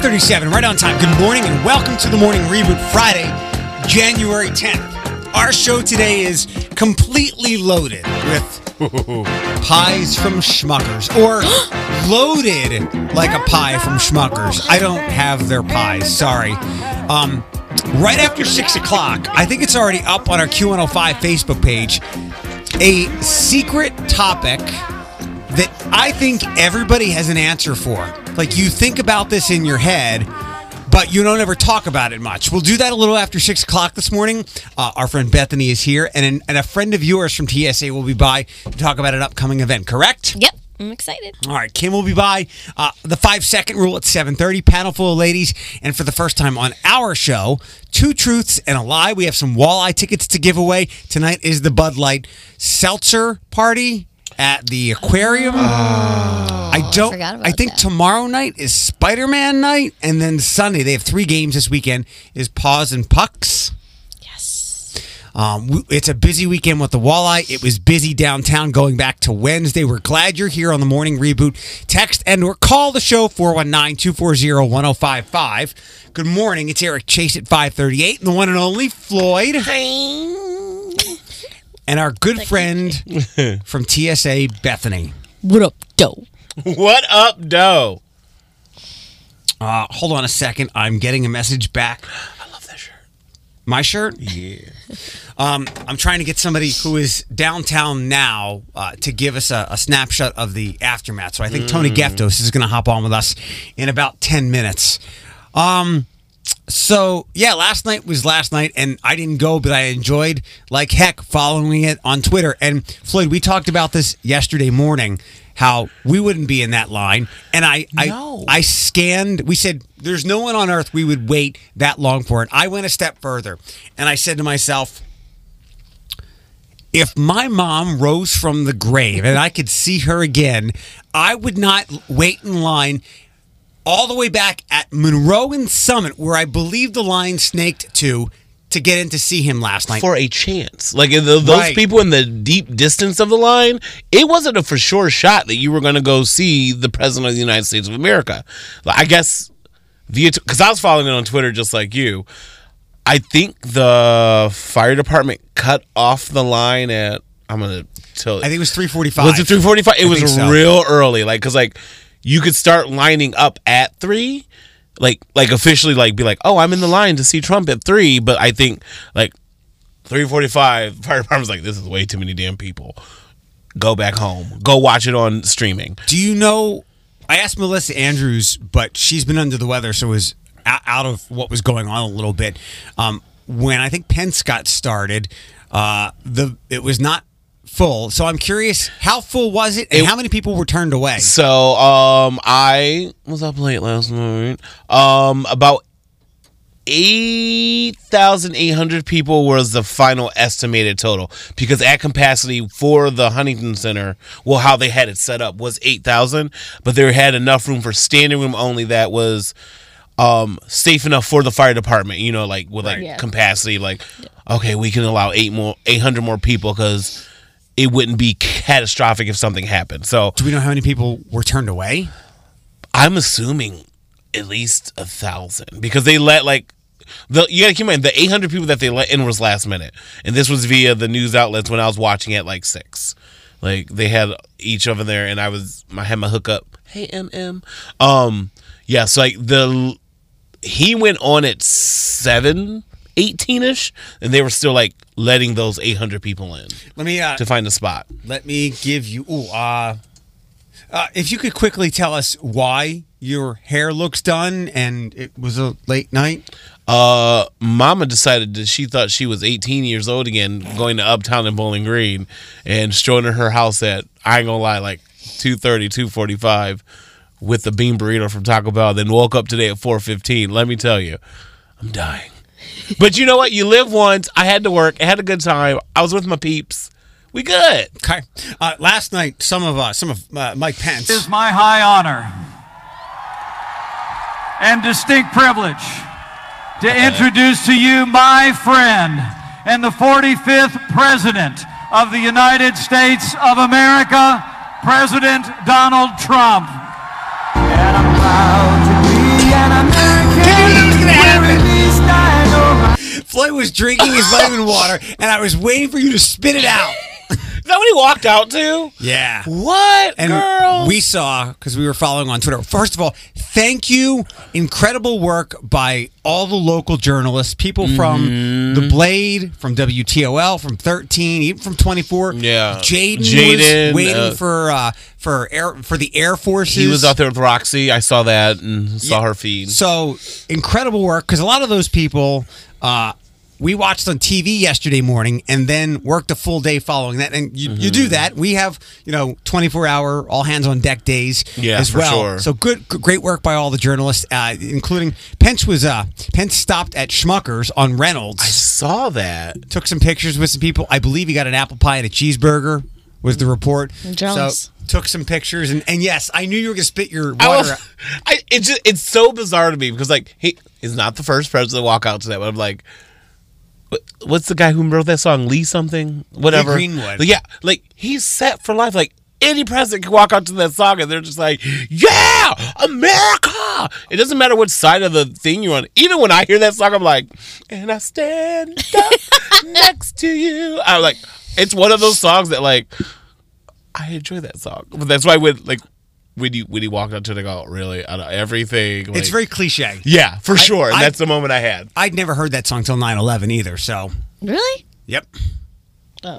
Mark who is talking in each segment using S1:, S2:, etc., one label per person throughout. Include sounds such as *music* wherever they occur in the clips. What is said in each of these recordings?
S1: 37, right on time. Good morning and welcome to the Morning Reboot Friday, January 10th. Our show today is completely loaded with pies from Schmuckers, or loaded like a pie from Schmuckers. I don't have their pies, sorry. Um, right after 6 o'clock, I think it's already up on our Q105 Facebook page, a secret topic that I think everybody has an answer for. Like you think about this in your head, but you don't ever talk about it much. We'll do that a little after six o'clock this morning. Uh, our friend Bethany is here, and and a friend of yours from TSA will be by to talk about an upcoming event. Correct?
S2: Yep, I'm excited.
S1: All right, Kim will be by. Uh, the five second rule at seven thirty. Panel full of ladies, and for the first time on our show, two truths and a lie. We have some walleye tickets to give away tonight. Is the Bud Light Seltzer party at the aquarium? I don't.
S2: Ah. forgot about
S1: I think
S2: that.
S1: tomorrow night is Spider Man night, and then Sunday they have three games this weekend. Is Paws and Pucks.
S2: Yes.
S1: Um, w- it's a busy weekend with the walleye. It was busy downtown going back to Wednesday. We're glad you're here on the morning reboot. Text and or call the show 419-240-1055. Good morning. It's Eric Chase at 538 and the one and only Floyd and our good friend from TSA, Bethany.
S2: what up, doe?
S3: What up, doe?
S1: Uh, hold on a second. I'm getting a message back.
S3: I love that shirt.
S1: My shirt?
S3: Yeah.
S1: Um, I'm trying to get somebody who is downtown now uh, to give us a, a snapshot of the aftermath. So I think
S3: Mm.
S1: Tony Geftos is going to hop on with us in about 10 minutes. Um, so yeah, last night was last night, and I didn't go, but I enjoyed like heck following it on Twitter. And Floyd, we talked about this yesterday morning, how we wouldn't be in that line, and I
S3: No.
S1: I, I scanned. We said there's no one on earth we would wait that long for, and I went a step further, and I said to myself. If my mom rose from the grave and I could see her again, I would not wait in line all the way back at Monroe and Summit, where I believe the line snaked to to get in to see him last night.
S3: For a chance. Like th those
S1: Right.
S3: people in the deep distance of the line, it wasn't a for sure shot that you were going to go see the president of the United States of America. Like, I guess via because I was following it on Twitter just like you. I think the fire department cut off the line at I'm going to tell
S1: I think it was three forty-five.
S3: Was it three forty five? It
S1: think
S3: was
S1: so.
S3: real early, like because like you could start lining up at three, like like officially like be like, oh, I'm in the line to see Trump at three, but I think like three forty five. *laughs* Fire department's like, this is way too many damn people. Go back home. Go watch it on streaming.
S1: Do you know? I asked Melissa Andrews, but she's been under the weather, so was o- out of what was going on a little bit. Um, when I think Pence got started, uh, the it was not full. So I'm curious, how full was it, and how many people were turned away?
S3: So um, I was up late last night. Um, about eight thousand eight hundred people was the final estimated total because at capacity for the Huntington Center, well, how they had it set up was eight thousand, but they had enough room for standing room only. That was um safe enough for the fire department you know like with like
S2: Yeah.
S3: capacity like okay we can allow eight more 800 more people because it wouldn't be catastrophic if something happened so
S1: Do we know how many people were turned away?
S3: I'm assuming at least a thousand because they let like the you gotta keep in mind the 800 people that they let in was last minute, and this was via the news outlets when I was watching at like six. Like they had each of them there, and I was I had my hookup. Hey MM, um, yeah. So like the he went on at seven. 18 ish, and they were still like letting those 800 people in
S1: Let me uh,
S3: to find a spot.
S1: Let me give you. Ooh, uh, uh, if you could quickly tell us why your hair looks done and it was a late night.
S3: uh mama decided that she thought she was 18 years old again going to uptown in bowling green and showing her her house at i ain't gonna lie like 2.30 2.45 with the bean burrito from taco bell then woke up today at 4.15 let me tell you i'm dying but you know what you live once i had to work i had a good time i was with my peeps we good
S1: Okay. Uh, last night, some of uh, some of uh, Mike Pence.
S4: is my high honor and distinct privilege to introduce to you my friend and the 45th President of the United States of America, President Donald Trump. And I'm proud to be an American.
S1: Floyd was drinking his vitamin water, and I was waiting for you to spit it out.
S3: Is that what he walked out to?
S1: Yeah.
S3: What,
S1: And
S3: girl?
S1: we saw because we were following on Twitter. First of all, thank you. Incredible work by all the local journalists, people from
S3: Mm-hmm.
S1: The Blade, from WTOL, from 13, even from 24.
S3: Yeah.
S1: Jaden,
S3: Jaden,
S1: was waiting
S3: uh,
S1: for uh, for air for the Air Forces.
S3: he was out there with Roxy. I saw that and saw her feed.
S1: So incredible work because a lot of those people uh, we watched on TV yesterday morning and then worked a full day following that. And you,
S3: Mm-hmm.
S1: you do that. We have you know 24 hour all hands on deck days
S3: Yeah,
S1: as
S3: for
S1: well.
S3: sure.
S1: So good, g- great work by all the journalists, uh, including Pence was uh, Pence stopped at Schmucker's on Reynolds,
S3: saw that.
S1: took some pictures with some people. I believe he got an apple pie and a cheeseburger. Was the report?
S2: jealous.
S1: So took some pictures and, and yes, I knew you were gonna spit your
S3: I,
S1: water.
S3: was- *laughs* I it just it's so bizarre to me because like he he's not the first president to walk out to that, but I'm like, what- what's the guy who wrote that song, Lee something, whatever,
S1: Greenwood.
S3: Yeah, like he's set for life. Like any president can walk out to that song, and they're just like, yeah, America. It doesn't matter which side of the thing you're on. Even when I hear that song, I'm like, and I stand up *laughs* next to you. I'm like, it's one of those songs that like. I enjoy that song, but that's why when like when you when you walked onto the go really out of everything, like-
S1: It's very cliche.
S3: yeah for sure. and
S1: I-
S3: that's the moment I had.
S1: I'd never heard that song till 9-11 either. So
S2: Really?
S1: Yep.
S2: Oh.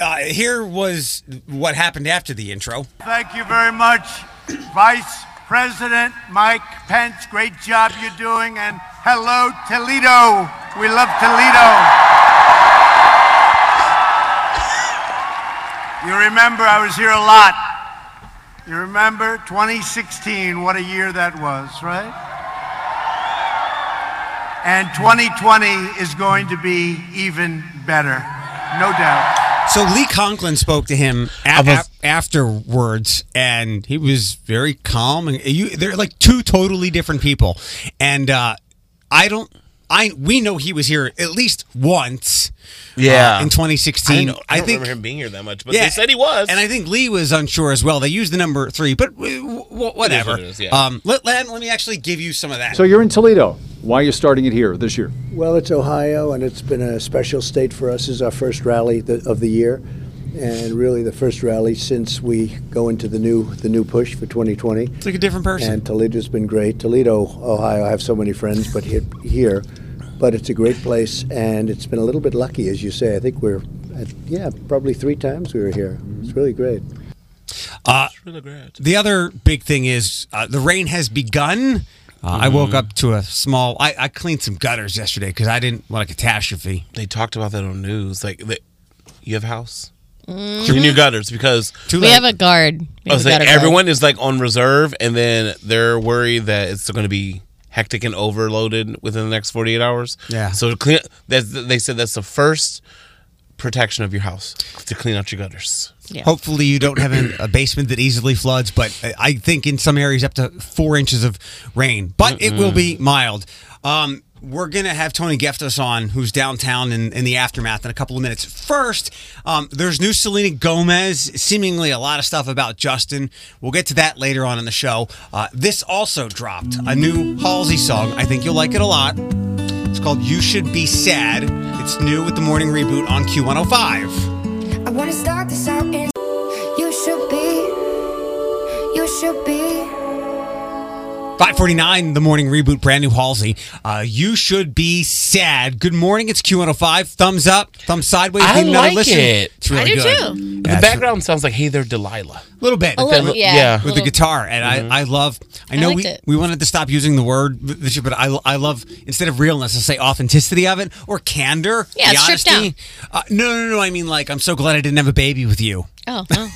S1: Uh, here was what happened after the intro.
S5: Thank you very much, Vice President Mike Pence. Great job you're doing, and hello, Toledo. We love Toledo. You remember I was here a lot. You remember 2016, what a year that was, right? And 2020 is going to be even better, no doubt.
S1: So Lee Conklin spoke to him a-
S3: I was-
S1: a- afterwards, and he was very calm. And you, they're like two totally different people. And uh, I don't, I we know he was here at least once. uh,
S3: Yeah.
S1: in 2016.
S3: I, know, I don't
S1: think
S3: remember him being here that much, but they said he was.
S1: And I think Lee was unsure as well. They used the number three, but w- w- whatever.
S3: what it is, yeah.
S1: um, let, let, let me actually give you some of that.
S6: So you're in Toledo. Why are you starting it here this year?
S7: Well, it's Ohio, and it's been a special state for us. This is our first rally th- of the year, and really the first rally since we go into the new the new push for 2020.
S1: it's like a different person.
S7: And Toledo's been great. Toledo, Ohio, I have so many friends, but he- here, but it's a great place, and it's been a little bit lucky, as you say. I think we're, at, yeah, probably three times we were here. It's really great.
S1: Uh, The other big thing is uh, the rain has begun. Uh, I
S3: Mm-hmm.
S1: woke up to a small. I, I cleaned some gutters yesterday because I didn't want a catastrophe.
S3: they talked about that on news. Like, they, you have a house, clean your gutters because
S1: Too
S2: Mm-hmm. We
S1: late.
S2: have a guard. We
S3: I
S2: have
S3: was
S2: a
S3: like,
S2: gutter guard.
S3: everyone is like on reserve, and then they're worried that it's going to be hectic and overloaded within the next 48 hours.
S1: Yeah.
S3: So to clean, that's, they said that's the first protection of your house to clean out your gutters.
S2: Yeah.
S1: Hopefully, you don't have an, a basement that easily floods, but I- I think in some areas up to four inches of rain. But it will be mild. Um, we're going to have Tony Geftos on, who's downtown in, in the aftermath in a couple of minutes. First, um, there's new Selena Gomez, seemingly a lot of stuff about Justin. We'll get to that later on in the show. Uh, this also dropped a new Halsey song. I think you'll like it a lot. It's called You Should Be Sad. It's new with the morning reboot on Q105.
S8: I wanna start this out and you should be, you should be.
S1: 549, the morning reboot, brand new Halsey. Uh, you should be sad. Good morning. It's Q105. Thumbs up, thumbs sideways.
S3: I
S1: give another
S3: like
S1: listen.
S3: it.
S1: It's really
S2: I do
S1: good.
S2: too.
S1: Yeah,
S3: the
S1: it's
S3: background sounds like, hey, they're Delilah.
S1: A little bit.
S2: A little, yeah.
S3: yeah. Mm-hmm.
S1: With the
S2: Little-
S1: guitar. And I, I love, I know
S2: liked
S1: we,
S2: it.
S1: we wanted to stop using the word, this year, but I, I love, instead of realness, I say authenticity of it or candor. the
S2: Yeah, it's stripped
S1: honesty. Uh, no, no, no. I mean, like, I'm so glad I didn't have a baby with you.
S2: Oh,
S9: *laughs*
S2: oh.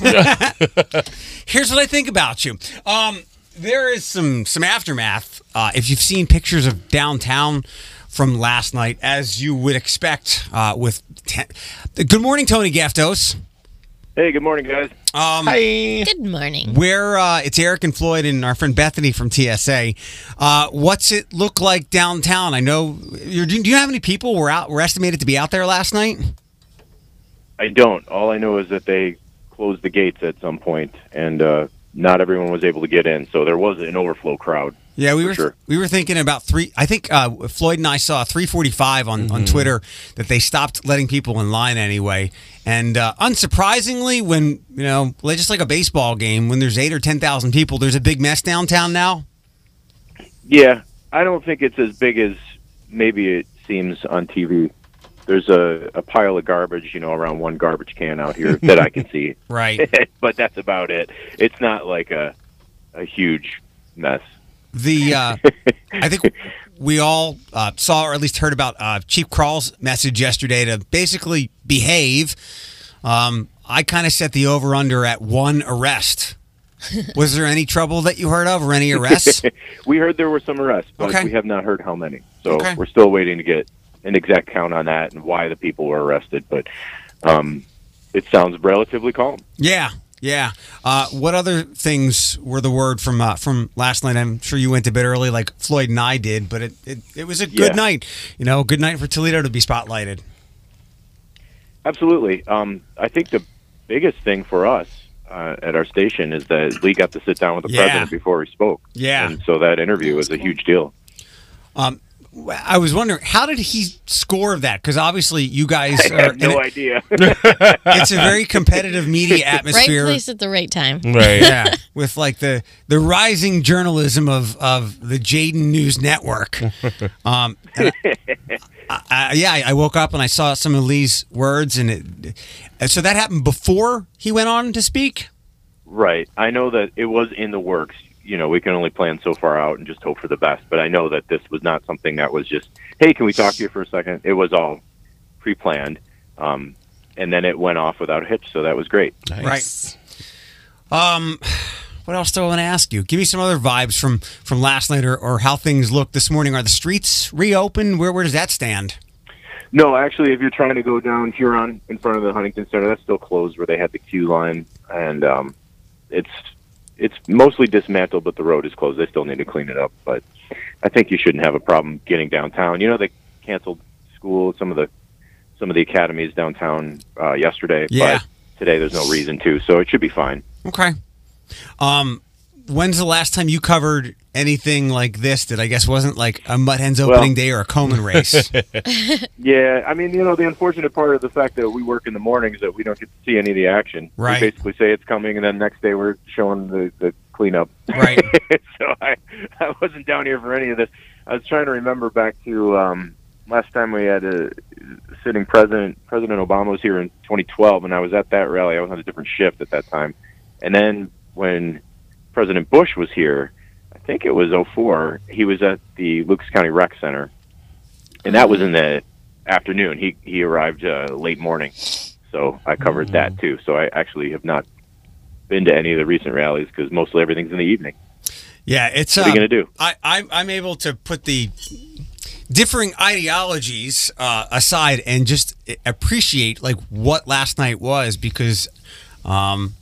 S1: here's what I think about you. Um, there is some some aftermath. Uh, if you've seen pictures of downtown from last night, as you would expect, uh, with ten- good morning, Tony Gaftos.
S10: Hey, good morning, guys.
S2: Uh,
S1: Um,
S3: Hi.
S2: good morning.
S1: Where uh, it's Eric and Floyd and our friend Bethany from TSA. Uh, what's it look like downtown? I know. You're, do you know how many people were out? Were estimated to be out there last night?
S10: I don't. All I know is that they closed the gates at some point, and uh, not everyone was able to get in, so there was an overflow crowd.
S1: Yeah, we were
S10: sure.
S1: we were thinking about three. I think uh, Floyd and I saw three forty five on on Twitter that they stopped letting people in line anyway. And uh, unsurprisingly, when you know, like- just like a baseball game, when there's eight or ten thousand people, there's a big mess downtown now.
S10: Yeah, I don't think it's as big as maybe it seems on TV. There's a, a pile of garbage, you know, around one garbage can out here that I can see,
S1: Right.
S10: *laughs* but that's about it. It's not like a a huge mess.
S1: The uh, I think we all uh, saw or at least heard about uh, Chief Crawl's message yesterday to basically behave. Um, I kind of set the over under at one arrest. Was there any trouble that you heard of or any arrests?
S10: *laughs* We heard there were some arrests, but
S1: Okay.
S10: we have not heard how many. So
S1: Okay.
S10: we're still waiting to get an exact count on that and why the people were arrested. But um, it sounds relatively calm.
S1: Yeah, yeah. Uh, what other things were the word from uh, from last night? I'm sure you went to bed early, like Floyd and I did, but it it, it was a good
S10: Yeah.
S1: night. You know, good night for Toledo to be spotlighted.
S10: Absolutely. Um, I think the biggest thing for us uh, at our station is that Lee got to sit down with the
S1: Yeah.
S10: president before he spoke.
S1: Yeah.
S10: And so that interview was a huge deal.
S1: Um, I was wondering how did he score that? Because obviously you guys
S10: *laughs* I
S1: are
S10: have no
S1: it-
S10: idea.
S1: *laughs* it's a very competitive
S2: *laughs*
S1: media
S2: Right
S1: atmosphere.
S2: place at the right time.
S3: Right.
S1: yeah, with like the the rising journalism of of the Jaden News
S3: *laughs*
S1: Network. Um, and I, I, yeah, I- I woke up and I saw some of Lee's words, and it, and so that happened before he went on to speak.
S10: right. I know that it was in the works. You know, we can only plan so far out and just hope for the best. But I know that this was not something that was just, hey, can we talk to you for a second? It was all pre planned. Um, and then it went off without a hitch. So that was great.
S3: Nice.
S1: Um, What else do I want to ask you? Give me some other vibes from from last night, or, or how things look this morning. Are the streets reopened? Where where does that stand?
S10: No, actually, if you're trying to go down Huron in front of the Huntington Center, that's still closed where they had the queue line, and um, it's it's mostly dismantled, but the road is closed. They still need to clean it up, but I think you shouldn't have a problem getting downtown. You know, they canceled school some of the some of the academies downtown uh, yesterday,
S1: Yeah.
S10: but today there's no reason to, so it should be fine.
S1: Okay. Um, when's the last time you covered anything like this that I guess wasn't like a Mutt Hens opening day or a Coleman
S10: *laughs*
S1: race?
S10: Yeah, Uh, I mean, you know, the unfortunate part of the fact that we work in the mornings that we don't get to see any of the action.
S1: Right.
S10: We basically say it's coming, and then next day we're showing the, the cleanup.
S1: Right.
S10: *laughs* so I, I wasn't down here for any of this. I was trying to remember back to um, last time we had a sitting president. President Obama was here in 2012, and I was at that rally. I was on a different shift at that time. And then when President Bush was here, I think it was '04. he was at the Lucas County Rec Center, and that was in the afternoon. He he arrived uh, late morning, so I covered that too. So I actually have not been to any of the recent rallies because mostly everything's in the evening.
S1: Yeah, it's
S10: What are you
S1: uh,
S10: gonna do?
S1: I, I I'm able to put the differing ideologies uh, aside and just appreciate like what last night was because um,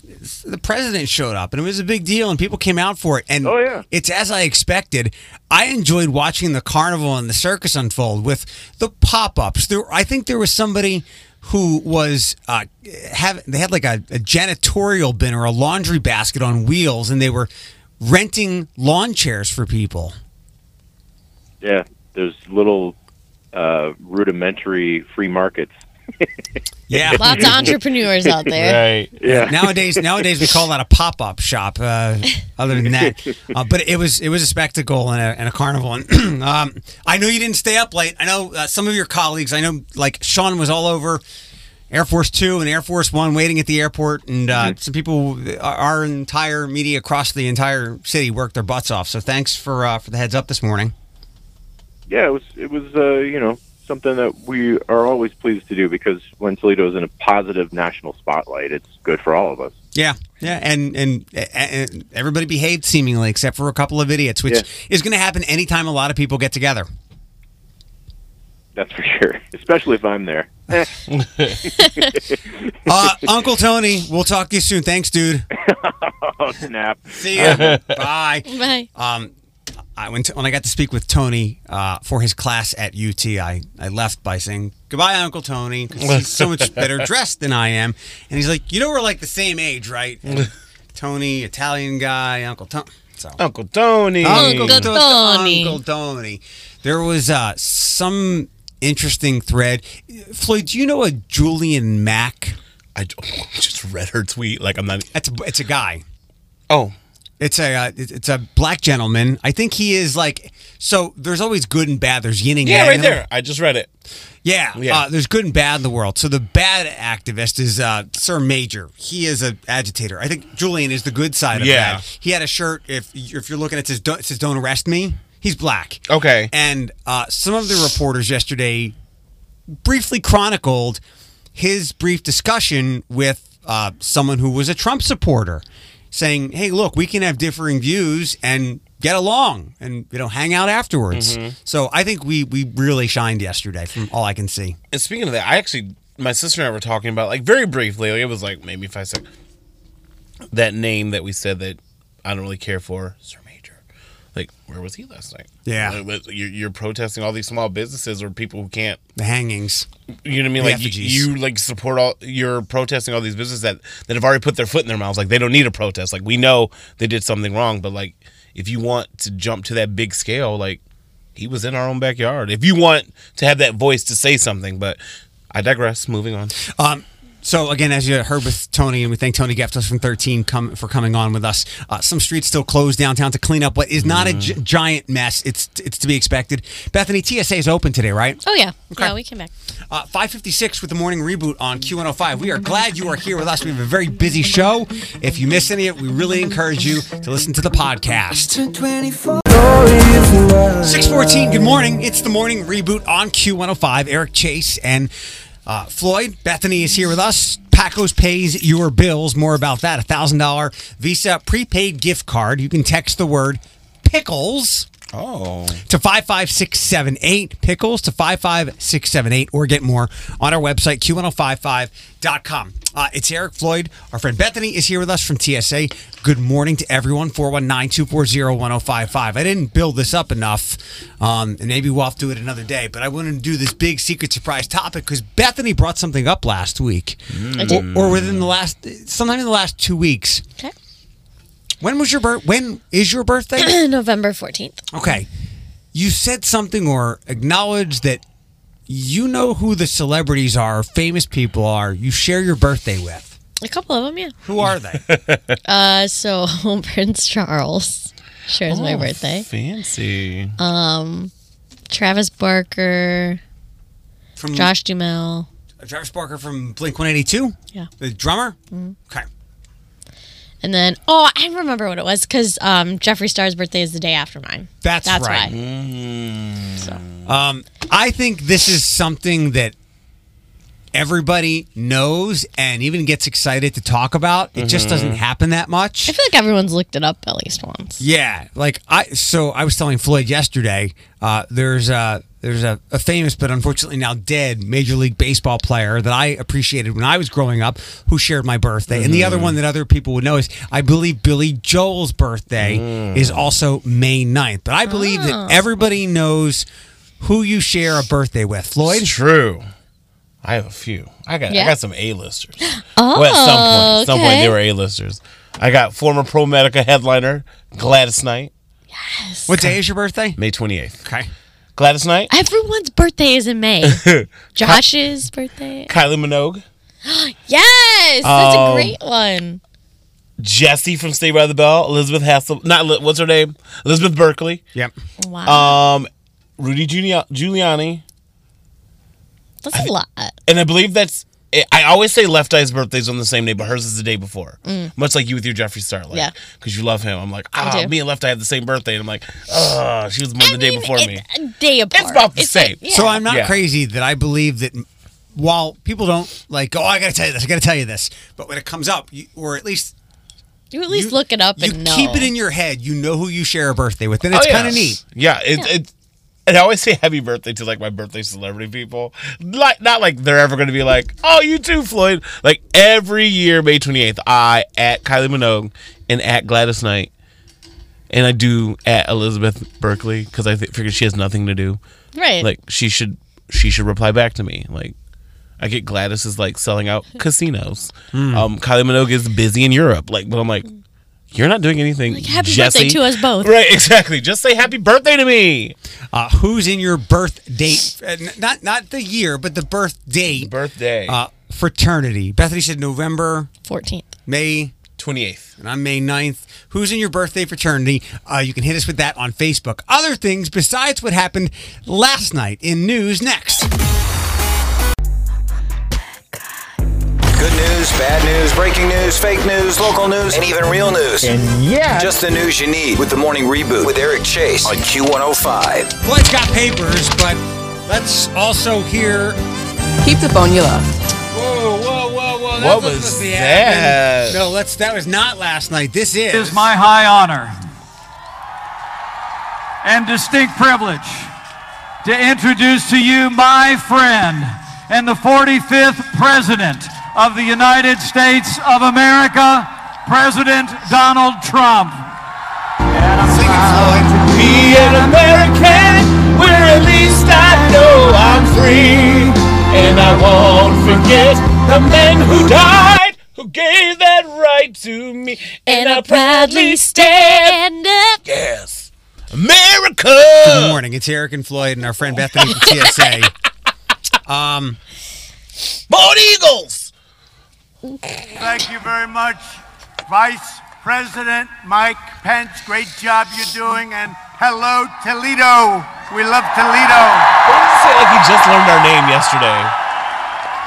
S1: the president showed up and it was a big deal and people came out for it and
S10: Oh, yeah.
S1: it's as I expected. I enjoyed watching the carnival and the circus unfold with the pop-ups. There, I think there was somebody who was uh, have they had like a, a janitorial bin or a laundry basket on wheels, and they were renting lawn chairs for people.
S10: Yeah, there's little uh, rudimentary free markets.
S1: Yeah.
S2: Lots of entrepreneurs out there.
S3: Right.
S10: Yeah,
S1: nowadays, nowadays we call that a pop-up shop. Uh, other than
S10: *laughs*
S1: that, uh, but it was it was a spectacle and a, and a carnival. And *clears throat* um, I know you didn't stay up late. I know uh, some of your colleagues. I know like Sean was all over Air Force Two and Air Force One, waiting at the airport, and uh,
S10: Mm-hmm.
S1: some people, our, our entire media across the entire city, worked their butts off. So thanks for uh, for the heads up this morning.
S10: yeah, it was it was uh, you know something that we are always pleased to do because when Toledo is in a positive national spotlight, it's good for all of us.
S1: Yeah, yeah, and and, and everybody behaved seemingly except for a couple of idiots, which
S10: Yeah.
S1: is going to happen anytime a lot of people get together.
S10: That's for *laughs* sure. Especially if I'm there. *laughs*
S1: *laughs* Uh, Uncle Tony, we'll talk to you soon. Thanks, dude.
S10: *laughs* Oh snap!
S1: See
S10: *laughs*
S1: ya. Bye.
S2: Bye.
S1: Um, I when, when I got to speak with Tony uh, for his class at UT, I, I left by saying goodbye, Uncle Tony, 'cause he's so
S10: *laughs*
S1: much better dressed than I am.
S10: *laughs*
S1: And he's like, you know, we're like the same age, right? And Tony, Italian guy, Uncle Tony. So.
S10: Oh,
S3: Uncle Tony.
S1: Uncle
S2: Uncle
S1: Tony.
S2: Tony.
S1: Uncle Tony. There was uh, some interesting thread. Floyd, do you know a Julian Mack?
S3: I j- *laughs* just read her tweet. Like I'm not. e-,
S1: That's a, it's a guy.
S3: Oh,
S1: It's a uh, it- it's a black gentleman. I think he is like so. There's always good and bad. There's yin and
S3: yeah,
S1: yang.
S3: right there. I just read it.
S1: Yeah,
S3: Yeah.
S1: Uh, there's good and bad in the world. So the bad activist is uh, Sir Major. He is an agitator. I think Julian is the good side of
S3: Yeah.
S1: that. He had a shirt. If if you're looking at this, don't, it says "Don't arrest me." He's black.
S3: Okay.
S1: And uh, some of the reporters yesterday briefly chronicled his brief discussion with uh, someone who was a Trump supporter, saying, "Hey, look, we can have differing views and get along, and you know, hang out afterwards."
S3: Mm-hmm.
S1: So I think we we really shined yesterday, from all I can see.
S3: And speaking of that, I actually, my sister and I were talking about like very briefly. Like it was like maybe five seconds. That name that we said that I don't really care for, Sir Major. Like, where was he last night?
S1: Yeah.
S3: Like, but you're, you're protesting all these small businesses or people who can't.
S1: The hangings.
S3: You know what I mean?
S1: The
S3: Like you,
S1: effigies.
S3: you like support all. You're protesting all these businesses that that have already put their foot in their mouths. Like they don't need a protest. Like we know they did something wrong, but like if you want to jump to that big scale, like he was in our own backyard. If you want to have that voice to say something, but I digress. Moving on.
S1: Um, so again, as you heard with Tony, and we thank Tony Geptos from 13 come, for coming on with us. Uh, some streets still closed downtown to clean up what is not
S3: Mm-hmm.
S1: a gi- giant mess. It's it's to be expected. Bethany, TSA is open today, right?
S2: Oh, yeah. Yeah, we came back. *clears throat*
S1: Uh, 556 with the morning reboot on Q105. We are glad you are here with us. We have a very busy show. If you miss any of it, we really encourage you to listen to the podcast. 614, good morning. It's the morning reboot on Q105. Eric Chase and uh, Floyd. Bethany is here with us. Pacos pays your bills. More about that. A $1,000 Visa prepaid gift card. You can text the word pickles
S3: Oh.
S1: to 55678 pickles to 55678 or get more on our website q1055.com uh, it's eric floyd our friend bethany is here with us from tsa good morning to everyone 419-240-1055 i didn't build this up enough um, and maybe we'll have to do it another day but i wanted to do this big secret surprise topic because bethany brought something up last week
S2: I did.
S1: or, or within the last sometime in the last two weeks
S2: Okay.
S1: when was your birth when is your birthday
S2: November 14th.
S1: Okay. You said something or acknowledged that you know who the celebrities are, famous people are, you share your birthday with.
S2: A couple of them, yeah.
S1: Who are
S2: *laughs*
S1: they?
S2: Uh, so *laughs* Prince Charles shares
S1: Oh,
S2: my birthday. Um,
S3: Fancy.
S2: Travis Barker,
S1: From
S2: Josh Dumel,
S1: Travis Barker from Blink 182?
S2: Yeah. Mm-hmm.
S1: The drummer? Okay.
S2: and then oh, I remember what it was because um, Jeffree Star's birthday is the day after mine.
S1: That's
S2: That's
S1: right.
S2: why.
S1: Um, I think this is something that everybody knows and even gets excited to talk about. It just doesn't happen that much.
S2: I feel like everyone's looked it up at least once.
S1: Yeah, like I. So I was telling Floyd yesterday. Uh, there's a there's a, a famous but unfortunately now dead Major League Baseball player that I appreciated when I was growing up, who shared my birthday. And the other
S3: Mm.
S1: one that other people would know is I believe Billy Joel's birthday
S3: Mm.
S1: is also May 9th. But I believe
S3: Ah.
S1: that everybody knows who you share a birthday with. Floyd.
S3: It's true. I have a few. I got I
S2: Yeah?
S3: got some
S2: *gasps*
S3: A-listers. Oh, well, at some point, some point
S2: okay.
S3: they were A-listers. I got former Pro Medica headliner Gladys Knight,
S1: What day is your birthday?
S3: May 28th.
S1: Okay.
S3: Gladys Knight, *laughs*
S2: Everyone's birthday is in May. *laughs* Josh's birthday. *gasps*
S3: Kylie Minogue,
S2: Yes, that's
S3: Oh.
S2: a great one.
S3: Jesse from Stay by the Bell, Elizabeth Hassel, not Li- what's her name, Elizabeth Berkeley,
S1: Yep.
S2: Wow,
S3: um, Rudy Giulia- Giuliani,
S2: that's a lot.
S3: and I believe that's. I- I always say Left Eye's birthday's on the same day, but hers is the day before. Much like you with your Jeffree Star, like,
S2: Mm. Yeah.
S3: because you love him. I'm like, ah,
S2: do.
S3: me and Left Eye have the same birthday, and I'm like, oh, she was born the day before
S2: it-
S3: me.
S2: a day apart.
S3: about the same.
S2: Like, yeah.
S1: So I'm not
S3: Yeah.
S1: crazy that I believe that while people don't like, oh, I got to tell you this, I got to tell you this, but when it comes up, you, or at least
S2: you at least look it up
S1: you
S2: and know.
S1: keep it in your head, you know who you share a birthday with, and it's kind of neat.
S3: Oh, Yeah, it, it. And I always say happy birthday to like my birthday celebrity people. Like not like they're ever gonna be like, oh, you too, Floyd. Like every year, May twenty eighth, I at Kylie Minogue and at Gladys Knight, and I do at Elizabeth Berkeley because I th- figure she has nothing to do.
S2: right.
S3: Like she should, she should reply back to me. Like I
S2: *laughs*
S3: get
S1: Hmm.
S3: Gladys is like selling out casinos. Um, Kylie Minogue is busy in Europe. Like, but I'm like, You're not doing anything.
S2: Like, happy
S3: Jesse.
S2: birthday to us
S8: Oh.
S2: both.
S3: Right, exactly. Just say happy birthday to me.
S1: Uh, who's in your birth date? Uh, n- not not the year, but the birth date.
S3: Birthday.
S1: Uh, fraternity. Bethany said November,
S2: 14th.
S1: May,
S3: 28th.
S1: and I'm May 9th. Who's in your birthday fraternity? Uh, you can hit us with that on Facebook. Other things besides what happened last night in news next.
S11: Good news, bad news, breaking news, fake news, local news, and even real news. And yeah. Just the news you need with the morning reboot with Eric Chase on Q105.
S1: Floyd's got papers, but let's also hear.
S9: Keep the phone you love.
S1: Whoa, whoa, whoa, whoa!
S3: What was
S1: supposed to be
S3: that?
S1: happening. No, let's. That was not last night. This is.
S4: is my high honor and distinct privilege to introduce to you my friend and the 45th President of the United States of America, President Donald Trump. And I'm proud to be an American where at least I know I'm free. And I won't forget the men who died.
S3: Who gave that right to me?
S2: And I proudly stand up.
S3: Yes. America.
S1: Good morning. It's Eric and Floyd and our friend Bethany from TSA.
S3: *laughs*
S1: Um,
S3: Bald Eagles.
S5: Thank you very much, Vice President Mike Pence. Great job you're doing, and hello, Toledo. We love Toledo.
S3: What does it say? Like you just learned our name yesterday.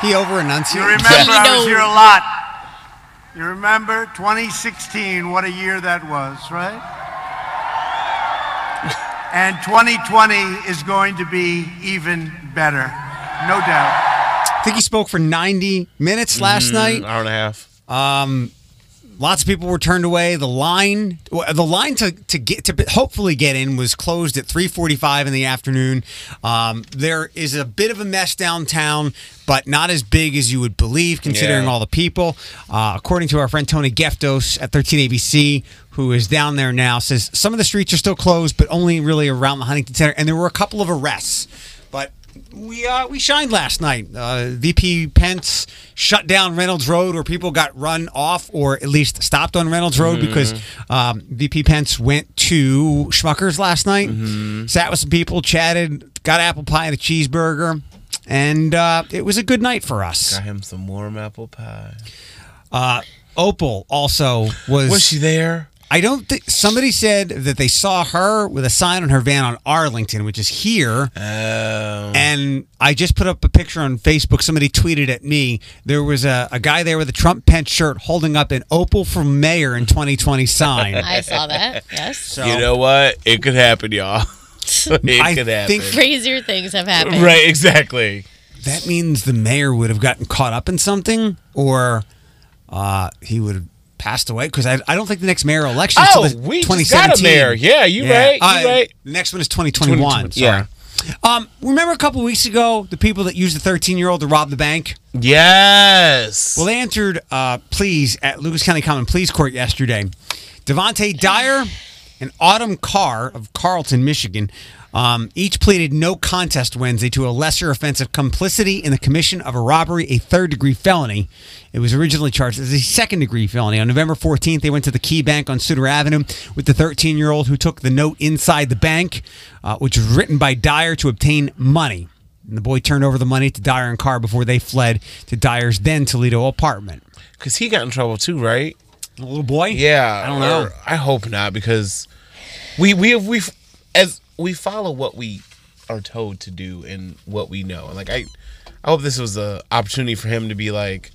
S1: he over
S5: You
S1: enunciated.
S5: remember I was
S2: Toledo.
S5: here a lot. You remember 2016? What a year that was,
S1: *laughs*
S5: right? And 2020 is going to be even better, no doubt.
S1: I think he spoke for 90 minutes
S3: Mm,
S1: last night.
S3: An hour and a half.
S1: Um, Lots of people were turned away. The line, well, the line to, to get to hopefully get in was closed at 3:45 in the afternoon. Um, there is a bit of a mess downtown, but not as big as you would believe, considering
S3: Yeah.
S1: all the people. Uh, according to our friend Tony Geftos at 13ABC, who is down there now, says some of the streets are still closed, but only really around the Huntington Center, and there were a couple of arrests, but. We, uh, we shined last night. Uh, VP Pence shut down Reynolds Road, where people got run off or at least stopped on Reynolds Road because um, VP Pence went to Schmucker's last night, sat with some people, chatted, got apple pie and a cheeseburger, and uh, it was a good night for us.
S3: Got him some warm apple pie.
S1: Uh, Opal also was.
S3: Was she there?
S1: I don't think somebody said that they saw her with a sign on her van on Arlington, which is here.
S3: Oh.
S1: And I just put up a picture on Facebook. Somebody tweeted at me. There was a, a guy there with a Trump Pence shirt holding up an Opal for Mayor in 2020 sign.
S2: *laughs* I saw that. Yes.
S1: So
S3: You know what? It could happen, y'all. *laughs* it
S1: I
S3: could happen.
S1: think-
S2: Crazier things have happened.
S3: right, exactly.
S1: that means the mayor would have gotten caught up in something or uh, he would have passed away because I, I don't think the next mayor election is
S3: Oh,
S1: till the
S3: we just
S1: 2017.
S3: got him there. Yeah, you right. You
S1: Uh,
S3: right.
S1: The next one is 2021.
S3: 2020, yeah.
S1: Sorry. Um, remember a couple weeks ago the people that used the 13 year old to rob the bank?
S3: Yes.
S1: Well, they entered uh, pleas at Lucas County Common Pleas Court yesterday. Devontae Dyer and Autumn Carr of Carlton, Michigan, um, each pleaded no contest Wednesday to a lesser offense of complicity in the commission of a robbery, a third degree felony. It was originally charged as a second degree felony. On November 14th, they went to the Key Bank on Sutter Avenue with the 13 year old who took the note inside the bank, uh, which was written by Dyer to obtain money. And the boy turned over the money to Dyer and Carr before they fled to Dyer's then Toledo apartment.
S3: Because he got in trouble too, right?
S1: The little boy?
S3: Yeah.
S1: I don't know.
S3: or- I hope not because we we have we as we follow what we are told to do and what we know. Like I I hope this was a opportunity for him to be like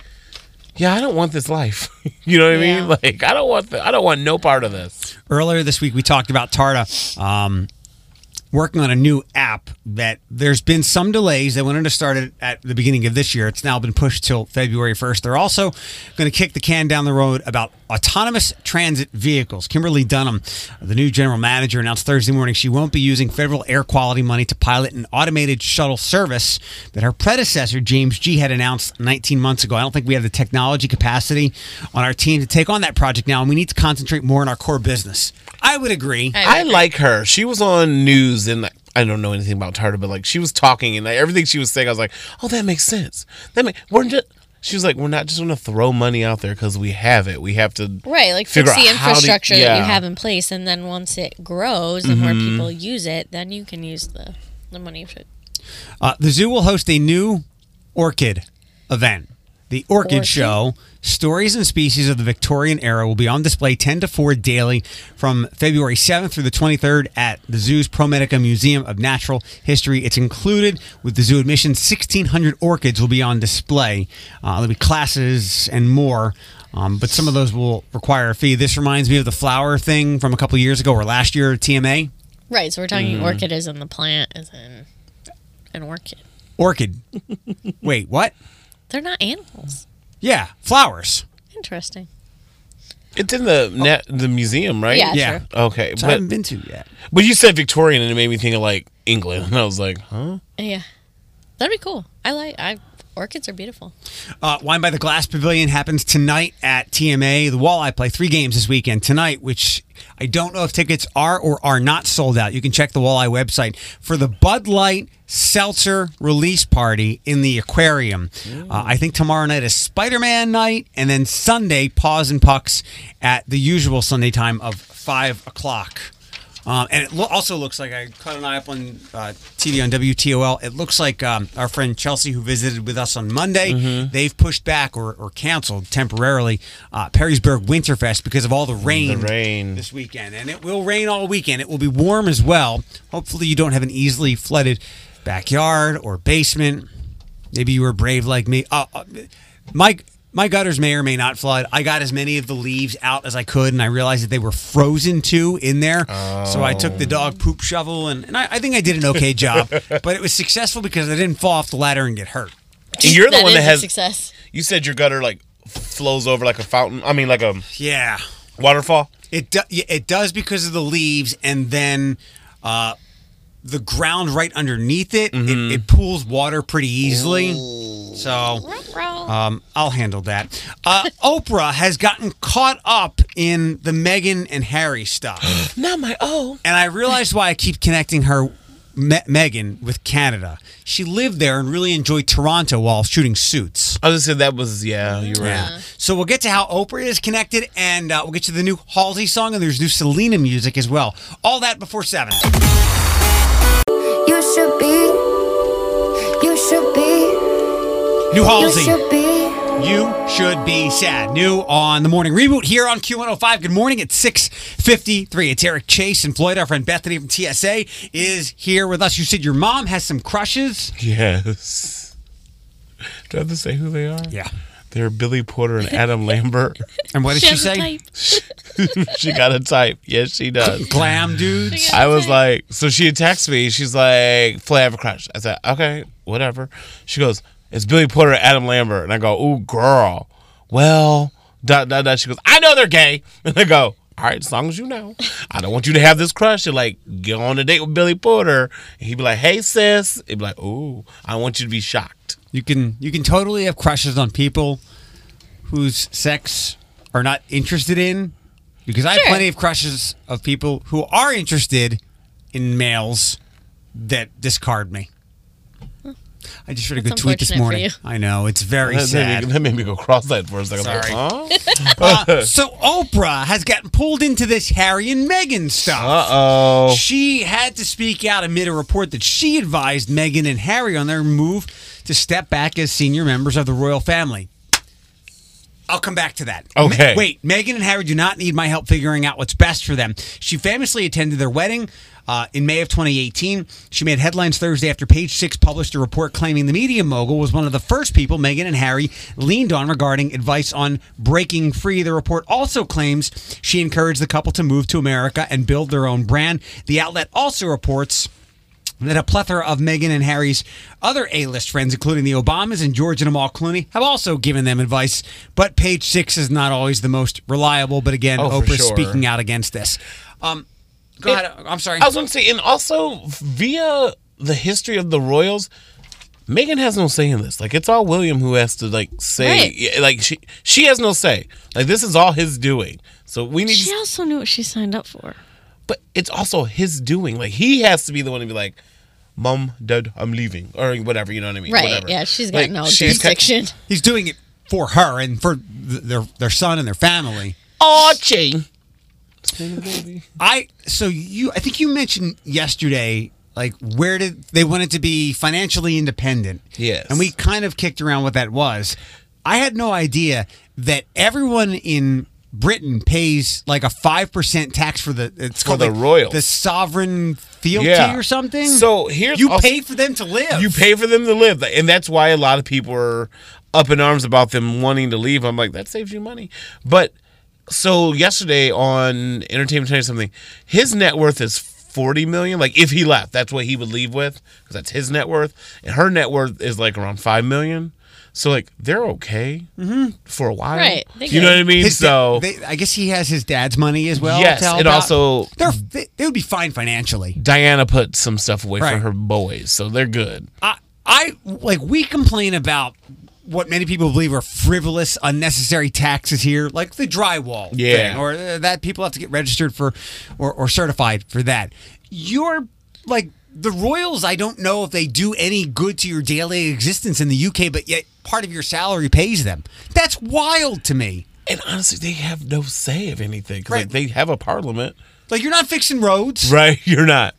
S3: yeah, I don't want this life. *laughs* you know what I mean?
S2: Yeah.
S3: Like I don't want the, I don't want no part of this.
S1: Earlier this week, we talked about Tarda um, working on a new app that there's been some delays. They wanted to start it at the beginning of this year. It's now been pushed till February 1st. They're also going to kick the can down the road about autonomous transit vehicles. Kimberly Dunham, the new general manager, announced Thursday morning she won't be using federal air quality money to pilot an automated shuttle service that her predecessor, James G, had announced 19 months ago. I don't think we have the technology capacity on our team to take on that project now, and we need to concentrate more on our core business. I would agree.
S3: I like her. She was on news and like, I don't know anything about Tartar, but like she was talking and like, everything she was saying, I was like, oh, that makes sense. That make, we're just She was like, "We're not just going to throw money out there because we have it. We have to
S2: Right, like
S3: figure
S2: fix the
S3: out how to-
S2: infrastructure that you
S3: yeah.
S2: have in place, and then once it grows and more
S1: Mhm.
S2: people use it, then you can use the the money for
S1: Uh, the zoo will host a new orchid event. The Orchid,
S2: Orchid?
S1: Show, stories and species of the Victorian era, will be on display 10 to 4 daily from February 7th through the 23rd at the zoo's ProMedica Museum of Natural History. It's included with the zoo admission. 1,600 orchids will be on display. Uh, there'll be classes and more. Um, but some of those will require a fee. This reminds me of the flower thing from a couple years ago or last year at TMA.
S2: Right, so we're talking
S1: Mhm.
S2: orchid is in the plant is in an orchid. *laughs*
S1: Orchid. Wait, what?
S2: They're not animals.
S1: Yeah, flowers.
S2: Interesting.
S3: It's in the na- the museum, right?
S2: Yeah, Yeah.
S3: Okay,
S1: So I haven't been to yet.
S3: But you said Victorian, and it made me think of like England, *laughs* and I was like, huh?
S2: Yeah, that'd be cool. I like I orchids are beautiful.
S1: Uh, Wine by the Glass Pavilion happens tonight at TMA. The Walleye play three games this weekend tonight, which I don't know if tickets are or are not sold out. You can check the Walleye website for the Bud Light Seltzer release party in the aquarium. Uh, I think tomorrow night is Spider Man night, and then Sunday, Paws and Pucks at the usual Sunday time of 5 o'clock. Um, and it lo- also looks like I caught an eye up on uh, TV on WTOL. It looks like um, our friend Chelsea, who visited with us on Monday, they've pushed back or, or canceled temporarily uh, Perrysburg Winterfest because of all the rain.
S3: The rain.
S1: this weekend, and it will rain all weekend. It will be warm as well. Hopefully, you don't have an easily flooded backyard or basement. Maybe you were brave like me. Uh, uh, my my gutters may or may not flood. I got as many of the leaves out as I could, and I realized that they were frozen too in there. So I took the dog poop shovel, and, and I, I think I did an
S3: *laughs*
S1: okay job. but it was successful because I didn't fall off the ladder and get hurt.
S3: And you're the
S2: That
S3: one that
S2: is a
S3: has
S2: success.
S3: You said your gutter like flows over like a fountain. I mean, like a
S1: yeah
S3: waterfall.
S1: It do, yeah, it does because of the leaves, and then uh, the ground right underneath it,
S3: Mm-hmm.
S1: it, it pools water pretty easily. So um, I'll handle that. Uh, Oprah has gotten caught up in the Meghan and Harry stuff,
S3: *gasps* Not my oh.
S1: and I realized why I keep connecting her. Me- Megan with Canada. She lived there and really enjoyed Toronto while shooting Suits.
S3: I just said that was yeah. You're right.
S1: So we'll get to how Oprah is connected, and uh, we'll get to the new Halsey song, and there's new Selena music as well. All that before seven.
S8: You should be. You should be.
S1: New Halsey.
S8: You should be.
S1: You should be sad. New on the morning reboot here on Q105. Good morning. It's 6:53. It's Eric Chase and Floyd. Our friend Bethany from TSA is here with us. You said your mom has some crushes.
S3: Yes. Do I have to say who they are?
S1: Yeah.
S3: They're Billy Porter and Adam Lambert.
S1: *laughs* And what did She she has a say? type.
S3: *laughs* she got a type. Yes, she does.
S1: *laughs* Glam dudes.
S3: I was like, so she texts me. She's like, Flay, I have a crush. I said, okay, whatever. She goes, it's Billy Porter and Adam Lambert. And I go, ooh, girl. Well, dot, dot, dot. She goes, I know they're gay. *laughs* And I go, all right, as long as you know. I don't want you to have this crush. And like, go on a date with Billy Porter. And he'd be like, hey, sis. It'd be like, ooh, I want you to be shocked.
S1: You can you can totally have crushes on people whose sex are not interested in because I have
S2: Sure.
S1: plenty of crushes of people who are interested in males that discard me. I just read a
S2: That's
S1: good tweet this
S2: unfortunate for
S1: morning.
S2: you.
S1: I know it's very
S3: That made me-
S1: sad.
S3: that made me go cross-eyed for a second. I was
S1: Sorry.
S3: like,
S1: Uh, so Oprah has gotten pulled into this Harry and Meghan stuff. Uh
S3: oh.
S1: She had to speak out amid a report that she advised Meghan and Harry on their move to step back as senior members of the royal family. I'll come back to that.
S3: Okay.
S1: Ma- wait, Meghan and Harry do not need my help figuring out what's best for them. She famously attended their wedding uh, in May of 2018. She made headlines Thursday after Page Six published a report claiming the media mogul was one of the first people Meghan and Harry leaned on regarding advice on breaking free. The report also claims she encouraged the couple to move to America and build their own brand. The outlet also reports that a plethora of Meghan and Harry's other A-list friends, including the Obamas and George and Amal Clooney, have also given them advice. But page six is not always the most reliable. But again,
S3: Oh, for
S1: Oprah's
S3: sure.
S1: speaking out against this. Um, go ahead. I'm sorry.
S3: I was going to say, and also via the history of the royals, Megan has no say in this. Like it's all William who has to like say,
S2: Right.
S3: yeah, like she she has no say. Like this is all his doing. So we need,
S2: She also knew what she signed up for.
S3: but it's also his doing. Like he has to be the one to be like, "Mom, Dad, I'm leaving," or whatever. You know what I mean?
S2: Right,
S3: Whatever.
S2: yeah, she's got no
S3: she's got-
S2: jurisdiction.
S1: He's doing it for her and for th- their their son and their family.
S3: Archie.
S1: I so you I think you mentioned yesterday like where did they wanted to be financially independent.
S3: Yes.
S1: And we kind of kicked around what that was. I had no idea that everyone in Britain pays like a 5% tax for the it's called
S3: the
S1: like,
S3: royals.
S1: the sovereign fealty
S3: Yeah.
S1: or something.
S3: So Oh, here's
S1: You
S3: also-
S1: pay for them to live.
S3: You pay for them to live, and that's why a lot of people are up in arms about them wanting to leave. I'm like, that saves you money. But so yesterday on Entertainment Tonight or something, his net worth is forty million. Like if he left, that's what he would leave with because that's his net worth, and her net worth is like around five million. So like they're okay
S2: Mm-hmm.
S3: for a while,
S2: Right, they
S3: You know
S2: good.
S3: what I mean?
S1: His da-
S3: so
S1: they, I guess he has his dad's money as well.
S3: Yes,
S1: to help
S3: and
S1: out.
S3: also-
S1: They're, they they would be fine financially.
S3: Diana put some stuff away
S1: Right.
S3: for her boys, so they're good.
S1: I, I like we complain about what many people believe are frivolous, unnecessary taxes here, like the drywall
S3: Yeah.
S1: thing, or uh, that people have to get registered for, or, or certified for that. You're like the Royals. I don't know if they do any good to your daily existence in the UK, but yet part of your salary pays them. That's wild to me.
S3: And honestly, they have no say of anything. 'cause,
S1: Right.
S3: Like they have
S1: *laughs*
S3: a parliament.
S1: Like you're not fixing roads.
S3: Right, *laughs* you're not.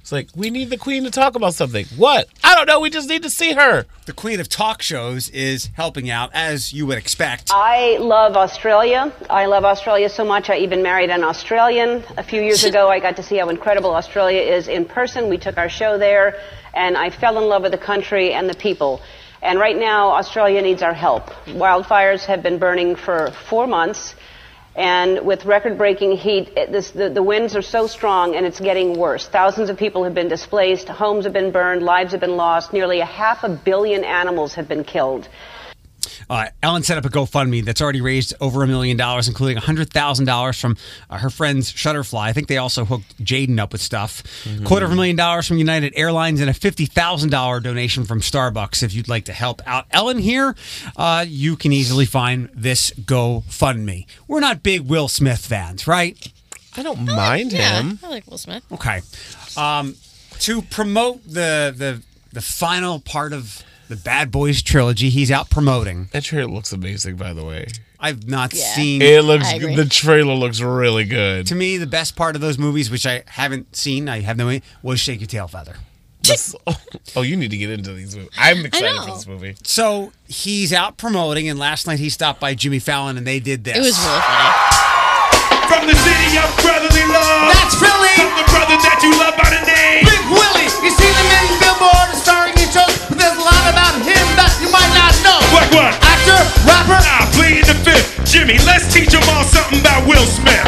S3: It's like we need the queen to talk about something. What? I don't know. We just need to see her.
S1: The queen of talk shows is helping out, as you would expect.
S12: I love Australia. I love Australia so much. I even married an Australian. A few years ago, I got to see how incredible Australia is in person. We took our show there, and I fell in love with the country and the people. And right now, Australia needs our help. Wildfires have been burning for four months, and with record breaking heat, it, this, the, the winds are so strong and it's getting worse. Thousands of people have been displaced, homes have been burned, lives have been lost, nearly a half a billion animals have been killed.
S1: Uh, Ellen set up a GoFundMe that's already raised over a million dollars, including hundred thousand dollars from uh, her friends Shutterfly. I think they also hooked Jaden up with stuff. Quarter of a million dollars from United Airlines and a fifty thousand dollar donation from Starbucks. If you'd like to help out Ellen here, uh, you can easily find this GoFundMe. We're not big Will Smith fans, right?
S3: I don't mind
S2: Yeah,
S3: him.
S2: I like Will Smith.
S1: Okay. Um, to promote the the the final part of the Bad Boys trilogy, he's out promoting.
S3: That trailer looks amazing, by the way.
S1: I've not seen
S3: It looks.
S1: I agree.
S3: The trailer looks really good.
S1: to me the best part of those movies, which I haven't seen, I have no idea, was Shake Your Tail Feather.
S3: That's- *laughs* oh, oh, you need to get into these movies. I'm excited for this movie.
S1: So he's out promoting, and last night he stopped by Jimmy Fallon, and they did this.
S2: It was really
S13: From the city of brotherly love.
S1: That's Philly.
S13: From the brother that you love by the name.
S14: Big Willie, you see them in Billboard and starring in shows, but there's a lot about him that you might not know.
S13: What, what?
S14: Actor, rapper.
S13: I plead the fifth. Jimmy, let's teach them all something about Will Smith.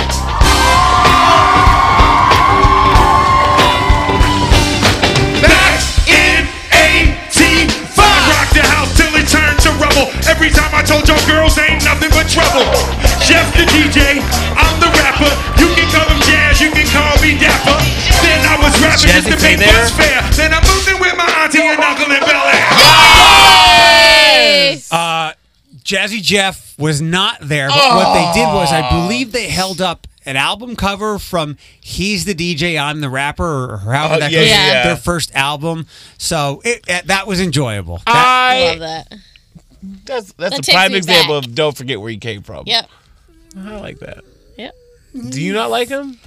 S13: Back in 85. Rock the house till it turned to rubble. Every time I told your girls ain't nothing but trouble. Jeff the DJ, I'm the rapper. You can call him Jazz, you can call me Dapper. Then I was rapping just
S3: Jazzy
S13: to
S3: Faye
S13: make
S3: there.
S13: bus fare. Then I moved in with my auntie and uncle in Bel Air.
S1: Uh, Jazzy Jeff was not there, but what they did was, I believe they held up an album cover from "He's the DJ, I'm the Rapper" or however
S3: Oh,
S1: that
S3: yeah,
S1: goes,
S3: yeah.
S1: their first album. So it, uh, that was enjoyable.
S3: I
S2: love that.
S3: That's that's
S2: That
S3: a
S2: takes
S3: prime
S2: me
S3: example of don't forget where you came from.
S2: Yep.
S3: I like that.
S2: Yep.
S3: Do you not like him?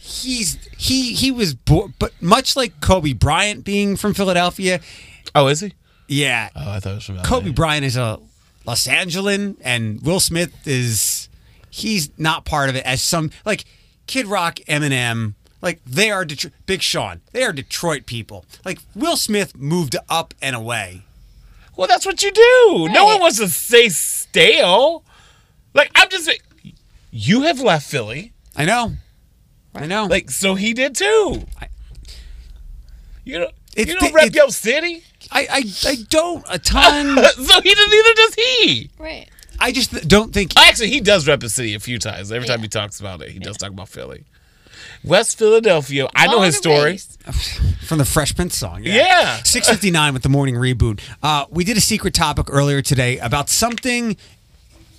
S1: he's he he was born, but much like Kobe Bryant being from Philadelphia.
S3: Oh, is he?
S1: Yeah.
S3: Oh, I thought it was from LA.
S1: Kobe Bryant is a Los Angeles, and Will Smith is he's not part of it as some like Kid Rock, Eminem, like they are Detroit, Big Sean, they are Detroit people. Like Will Smith moved up and away.
S3: Well, that's what you do. No one wants to stay stale. Like I'm just, you have left Philly.
S1: I know. I know.
S3: Like so, he did too. you don't.
S1: It's
S3: you
S1: the-
S3: don't rep
S1: it-
S3: your city.
S1: I I, I don't a ton.
S3: *laughs* so he doesn't. Neither does he.
S2: Right.
S1: I just don't think.
S3: Actually, he does rep his city a few times. Every time he talks about it, he does talk about Philly. West Philadelphia. I know his story.
S1: from the Fresh Prince song.
S3: Yeah.
S1: Six fifty nine with the morning reboot. Uh, we did a secret topic earlier today about something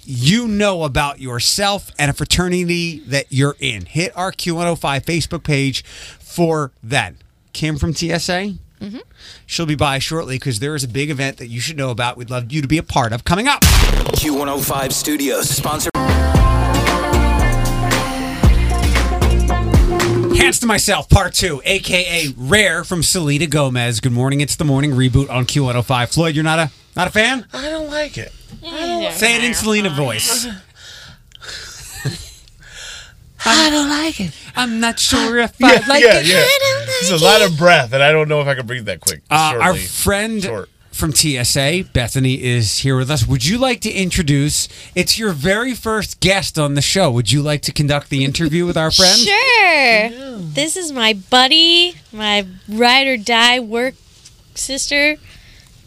S1: you know about yourself and a fraternity that you're oh in. Hit our Q105 Facebook page for that. Kim from TSA. She'll be by shortly because there is a big event that you should know about. We'd love you to be a part of coming up.
S11: Q105 Studios, sponsored.
S1: Hands to myself, part two, aka Rare from Salita Gomez. Good morning. It's the morning reboot on Q105. Floyd, you're not a not a fan?
S3: I don't like it.
S1: Say it in Selena
S3: *laughs*
S1: voice.
S3: I don't like it.
S1: I'm
S3: *sighs*
S1: not sure if
S3: Yeah,
S1: I like
S3: yeah,
S1: it.
S3: yeah. It's a lot of breath, and I don't know if I can breathe that quick.
S1: *laughs* Uh, our
S3: shortly.
S1: friend from TSA, Bethany, is here with us. Would you like to introduce? It's your very first guest on the show. Would you like to conduct the interview with our
S3: *laughs*
S1: friend?
S2: Sure. This is my buddy, my ride or die work sister,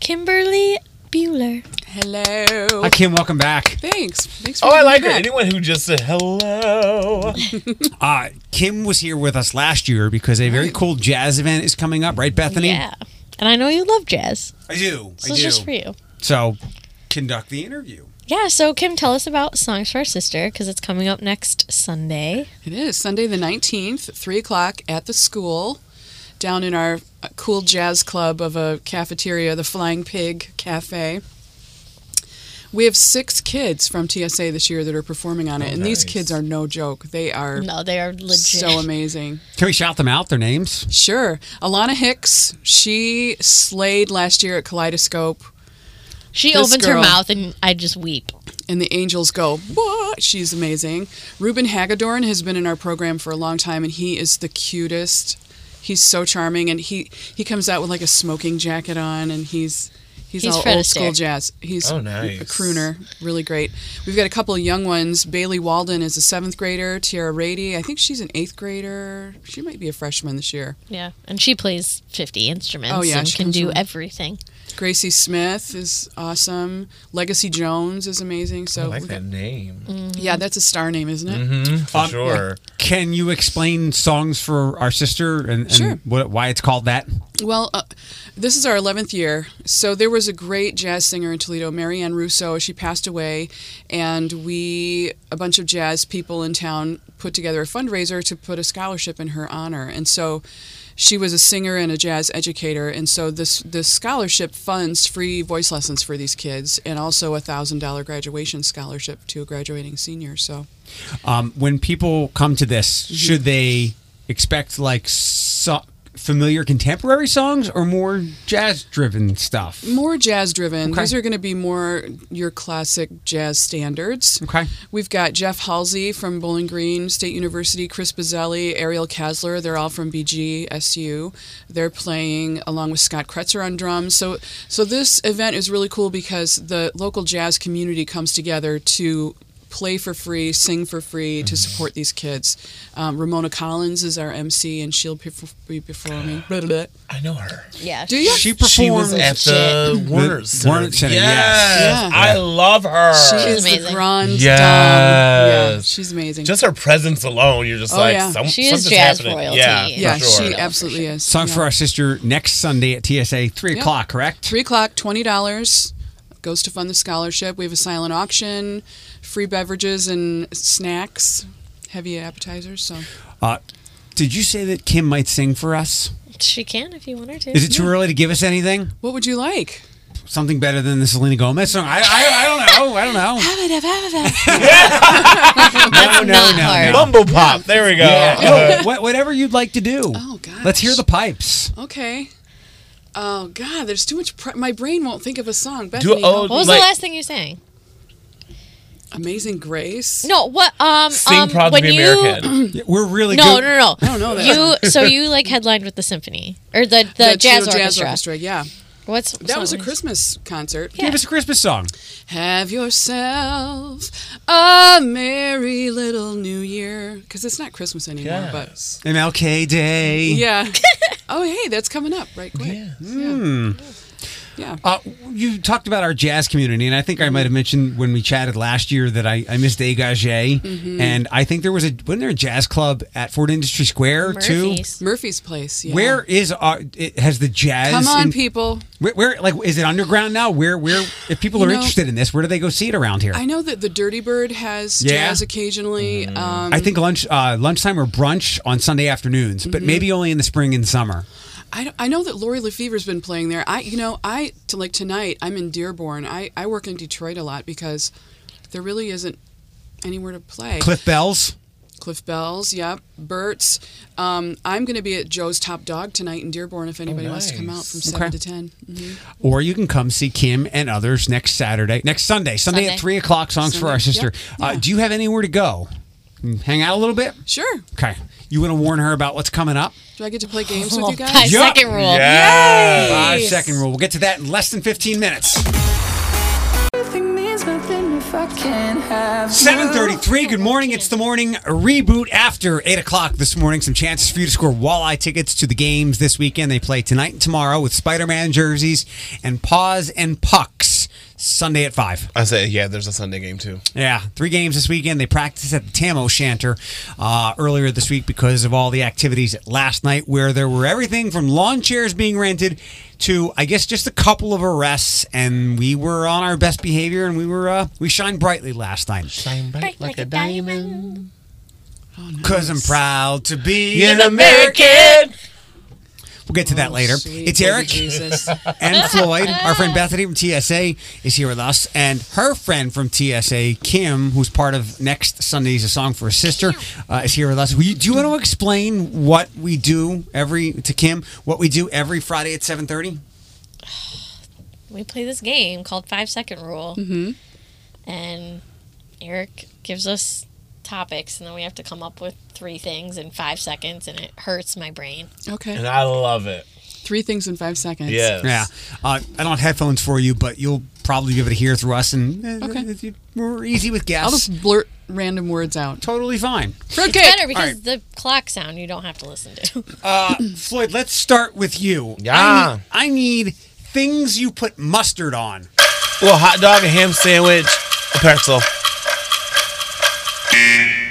S2: Kimberly Bueller. Hello.
S1: Uh, Kim, welcome back.
S2: Thanks. Thanks
S3: Oh, I like her. Anyone who just said hello.
S1: *laughs* Uh, Kim was here with us last year because a very cool jazz event is coming up, right, Bethany?
S2: Yeah. And I know you love jazz.
S1: I do.
S2: So
S1: I
S2: it's
S1: do.
S2: just for you.
S1: So conduct the interview.
S2: Yeah, so Kim, tell us about Songs for Our Sister because it's coming up next Sunday.
S9: It is Sunday the 19th, 3 o'clock at the school, down in our uh, cool jazz club of a cafeteria, the Flying Pig Cafe. We have six kids from TSA this year that are performing on it, and these kids are no joke. They are
S2: No, they are legit.
S9: so amazing.
S1: Can we shout them out? Their names?
S9: Sure, Alana Hicks, she slayed last year at Kaleidoscope.
S2: She
S9: This
S2: opens her
S9: girl-
S2: mouth and I just weep.
S9: and the angels go what she's amazing ruben hagadorn has been in our program for a long time and he is the cutest he's so charming and he he comes out with like a smoking jacket on and he's he's,
S2: He's
S9: all
S2: Fred
S9: old school
S2: Astaire.
S9: jazz he's
S3: Oh, nice.
S9: a crooner really great we've got a couple of young ones bailey walden is a seventh grader tiara rady i think she's an eighth grader she might be a freshman this year
S2: Yeah. And she plays 50 instruments
S9: Oh, yeah,
S2: and
S9: she
S2: can
S9: comes
S2: do
S9: from-
S2: everything.
S9: gracie smith is awesome legacy jones is amazing so
S3: I like
S9: we
S3: that
S9: got- Mm-hmm.
S3: name.
S9: yeah that's a star name isn't it
S3: Mhm, for
S1: Um,
S3: sure.
S1: Can you explain songs for our sister and, and
S9: Sure.
S1: what, why it's called that?
S9: Well, uh, this is our 11th year. So there was a great jazz singer in Toledo, Marianne Russo. She passed away, and we, a bunch of jazz people in town, put together a fundraiser to put a scholarship in her honor. And so she was a singer and a jazz educator, and so this this scholarship funds free voice lessons for these kids, and also a thousand dollar graduation scholarship to a graduating senior. So
S1: Um, when people come to
S9: Mm-hmm.
S1: this, should they expect like so- familiar contemporary songs or more jazz driven stuff?
S9: More jazz driven.
S1: Okay.
S9: These are going to be more your classic jazz standards.
S1: Okay.
S9: We've got Jeff Halsey from Bowling Green State University, Chris Bozzelli, Ariel Kasler. They're all from BG SU. They're playing along with Scott Kretzer on drums. So, so this event is really cool because the local jazz community comes together to play for free, sing for free to support these kids. Um, Ramona Collins is our MC, and she'll be be performing. I
S3: know her.
S2: Yeah.
S9: Do you?
S1: She performed
S3: was at the Warner Center.
S1: Warner Center,
S3: Yes.
S1: yes.
S3: I love her.
S9: She is the
S3: Yes.
S9: grand dame. Yeah, she's amazing.
S3: Just her presence alone, you're just
S9: Oh,
S3: like,
S9: yeah.
S3: some,
S9: She is
S3: something's
S9: jazz
S3: happening.
S9: royalty,
S3: Yeah,
S9: Yeah,
S3: for sure.
S9: she absolutely is.
S1: Song for
S9: Yeah.
S1: our sister next Sunday at TSA, 3
S9: Yeah.
S1: o'clock, correct?
S9: Three o'clock, twenty dollars goes to fund the scholarship. We have a silent auction, free beverages and snacks, heavy appetizers. So
S1: Uh, did you say that Kim might sing for us?
S2: She can if you want her to.
S1: Is it too early to give us anything?
S9: What would you like?
S1: Something better than the Selena Gomez song? I, I, I don't know. I don't know. no, no, no, no.
S3: Mumble pop. There we go.
S1: Yeah.
S3: Uh, *laughs*
S1: No, wha- whatever you'd like to do. Oh,
S9: God.
S1: Let's hear the pipes.
S9: *laughs* Okay. Oh God, there's too much. Pre- My brain won't think of a song. Bethany,
S1: oh,
S9: help
S2: What was
S9: me.
S2: the last thing you sang?
S9: Amazing Grace.
S2: No, what? Um, um when you
S1: We're really
S2: no,
S1: good. *laughs*
S2: no, no,
S9: I don't know that.
S2: You so you like headlined with the symphony or the the,
S9: The
S2: jazz, orchestra.
S9: Toledo Jazz Orchestra, Yeah.
S2: What's
S9: That was a Christmas concert.
S1: Give us a Christmas *laughs* song.
S9: Have yourself a merry little New Year, because it's not Christmas anymore. But
S1: MLK Day.
S9: Yeah. oh, hey, that's coming up right quick.
S1: Hmm.
S9: Yeah.
S1: Uh, you talked about our jazz community, and I think I might have mentioned when we chatted last year that I, I missed Degage,
S9: Mhm.
S1: and I think there was a wasn't there a jazz club at Fort Industry Square too?
S9: Murphy's place. Yeah.
S1: Where is our? It, has the jazz?
S9: Come on,
S1: in-
S9: people.
S1: Where, where like is it underground now? Where where if people
S9: You
S1: are
S9: know-
S1: interested in this, where do they go see it around here?
S9: I know that the Dirty Bird has
S1: Yeah. Mm-hmm.
S9: jazz occasionally. Um,
S1: I think lunch uh, lunchtime or brunch on Sunday afternoons, but
S9: Mhm.
S1: maybe only in the spring and summer.
S9: I, don't- I know that Lori Lefevre's been playing there. I you know I to like tonight I'm in Dearborn. I I work in Detroit a lot because there really isn't anywhere to play.
S1: Cliff Bells.
S9: Cliff Bells, yep. Burt's. Um, I'm going to be at Joe's Top Dog tonight in Dearborn if anybody wants to come out from 7 to 10. Mhm.
S1: Or you can come see Kim and others next Saturday, next Sunday, Sunday,
S9: Sunday.
S1: at three o'clock. Songs for
S9: Sunday,
S1: Our Sister. Uh, do you have anywhere to go? Mm, Hang out a little bit.
S9: Sure.
S1: Okay. You want to warn her about what's coming up?
S9: Do I get to play games
S2: *laughs*
S9: with
S2: Oh,
S9: you guys?
S2: five
S1: Yup.
S2: second rule.
S1: Yeah.
S2: Yay.
S1: Five second rule. We'll get to that in less than fifteen minutes.
S15: Nothing means nothing if I can't have
S1: Seven thirty-three. Good morning. It's the morning reboot after eight o'clock this morning. Some chances for you to score walleye tickets to the games this weekend. They play tonight and tomorrow with Spider-Man jerseys and Paws and Pucks Sunday at five.
S3: I say, yeah, there's a Sunday game too.
S1: Yeah, three games this weekend. They practiced at the Tam O'Shanter uh, earlier this week because of all the activities at last night, where there were everything from lawn chairs being rented to, I guess, just a couple of arrests. And we were on our best behavior, and we were uh, we shined brightly last night. Shine bright like, a diamond. Cause I'm proud to be
S14: An
S1: an American. We'll get to that later.
S14: sweet
S1: It's
S14: baby
S1: Eric
S14: Jesus.
S1: *laughs* and Floyd. Our friend Bethany from TSA is here with us, and her friend from TSA, Kim, who's part of next Sunday's A Song for a Sister, uh, is here with us. Will you, do you want to explain what we do every to Kim? What we do every Friday at seven thirty?
S2: We play this game called Five Second Rule,
S9: Mm-hmm.
S1: Mhm.
S2: and Eric gives us topics, and then we have to come up with three things in five seconds, and it hurts my brain.
S9: Okay.
S3: And I love it.
S9: Three things in five seconds.
S1: Yeah. Uh, I don't have headphones for you, but you'll probably be able to hear through us. And uh, *laughs*
S9: Okay.
S1: We're easy with gas.
S9: I'll just blurt random words out.
S1: Totally fine.
S9: Fruitcake.
S2: It's better because
S1: All
S2: the clock sound you don't have to listen to.
S1: uh, *clears throat* Floyd, let's start with you.
S3: Yeah.
S1: I, I need things you put mustard on.
S3: Well, hot dog, a ham sandwich, a pretzel.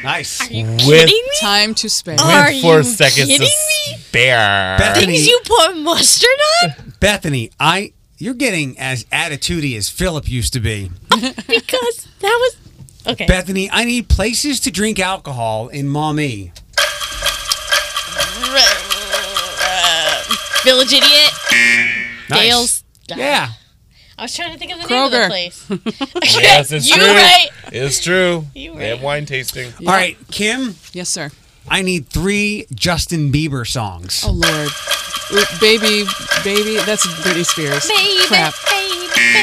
S1: Nice.
S3: With
S9: Time to spare.
S2: Are
S3: with four
S2: you
S3: seconds
S2: kidding
S3: to spare.
S2: Things you put mustard on?
S1: Bethany, I you're getting as attitudey as Philip used to be.
S2: *laughs* because that was okay.
S1: Bethany, I need places to drink alcohol in Maumee.
S2: Village idiot.
S1: Nice.
S2: Dale's.
S1: Yeah.
S2: I was trying to think of the name of
S14: Kroger.
S2: the
S1: *laughs*
S9: *laughs*
S2: place.
S3: yes, it's
S2: You
S3: true.
S2: right.
S3: It's true.
S2: You
S3: They have wine tasting.
S1: All right, Kim.
S9: Yes, sir.
S1: I need three Justin Bieber songs.
S9: Oh, Lord. Ooh, Baby, baby, that's Britney Spears.
S2: Baby,
S9: Crap.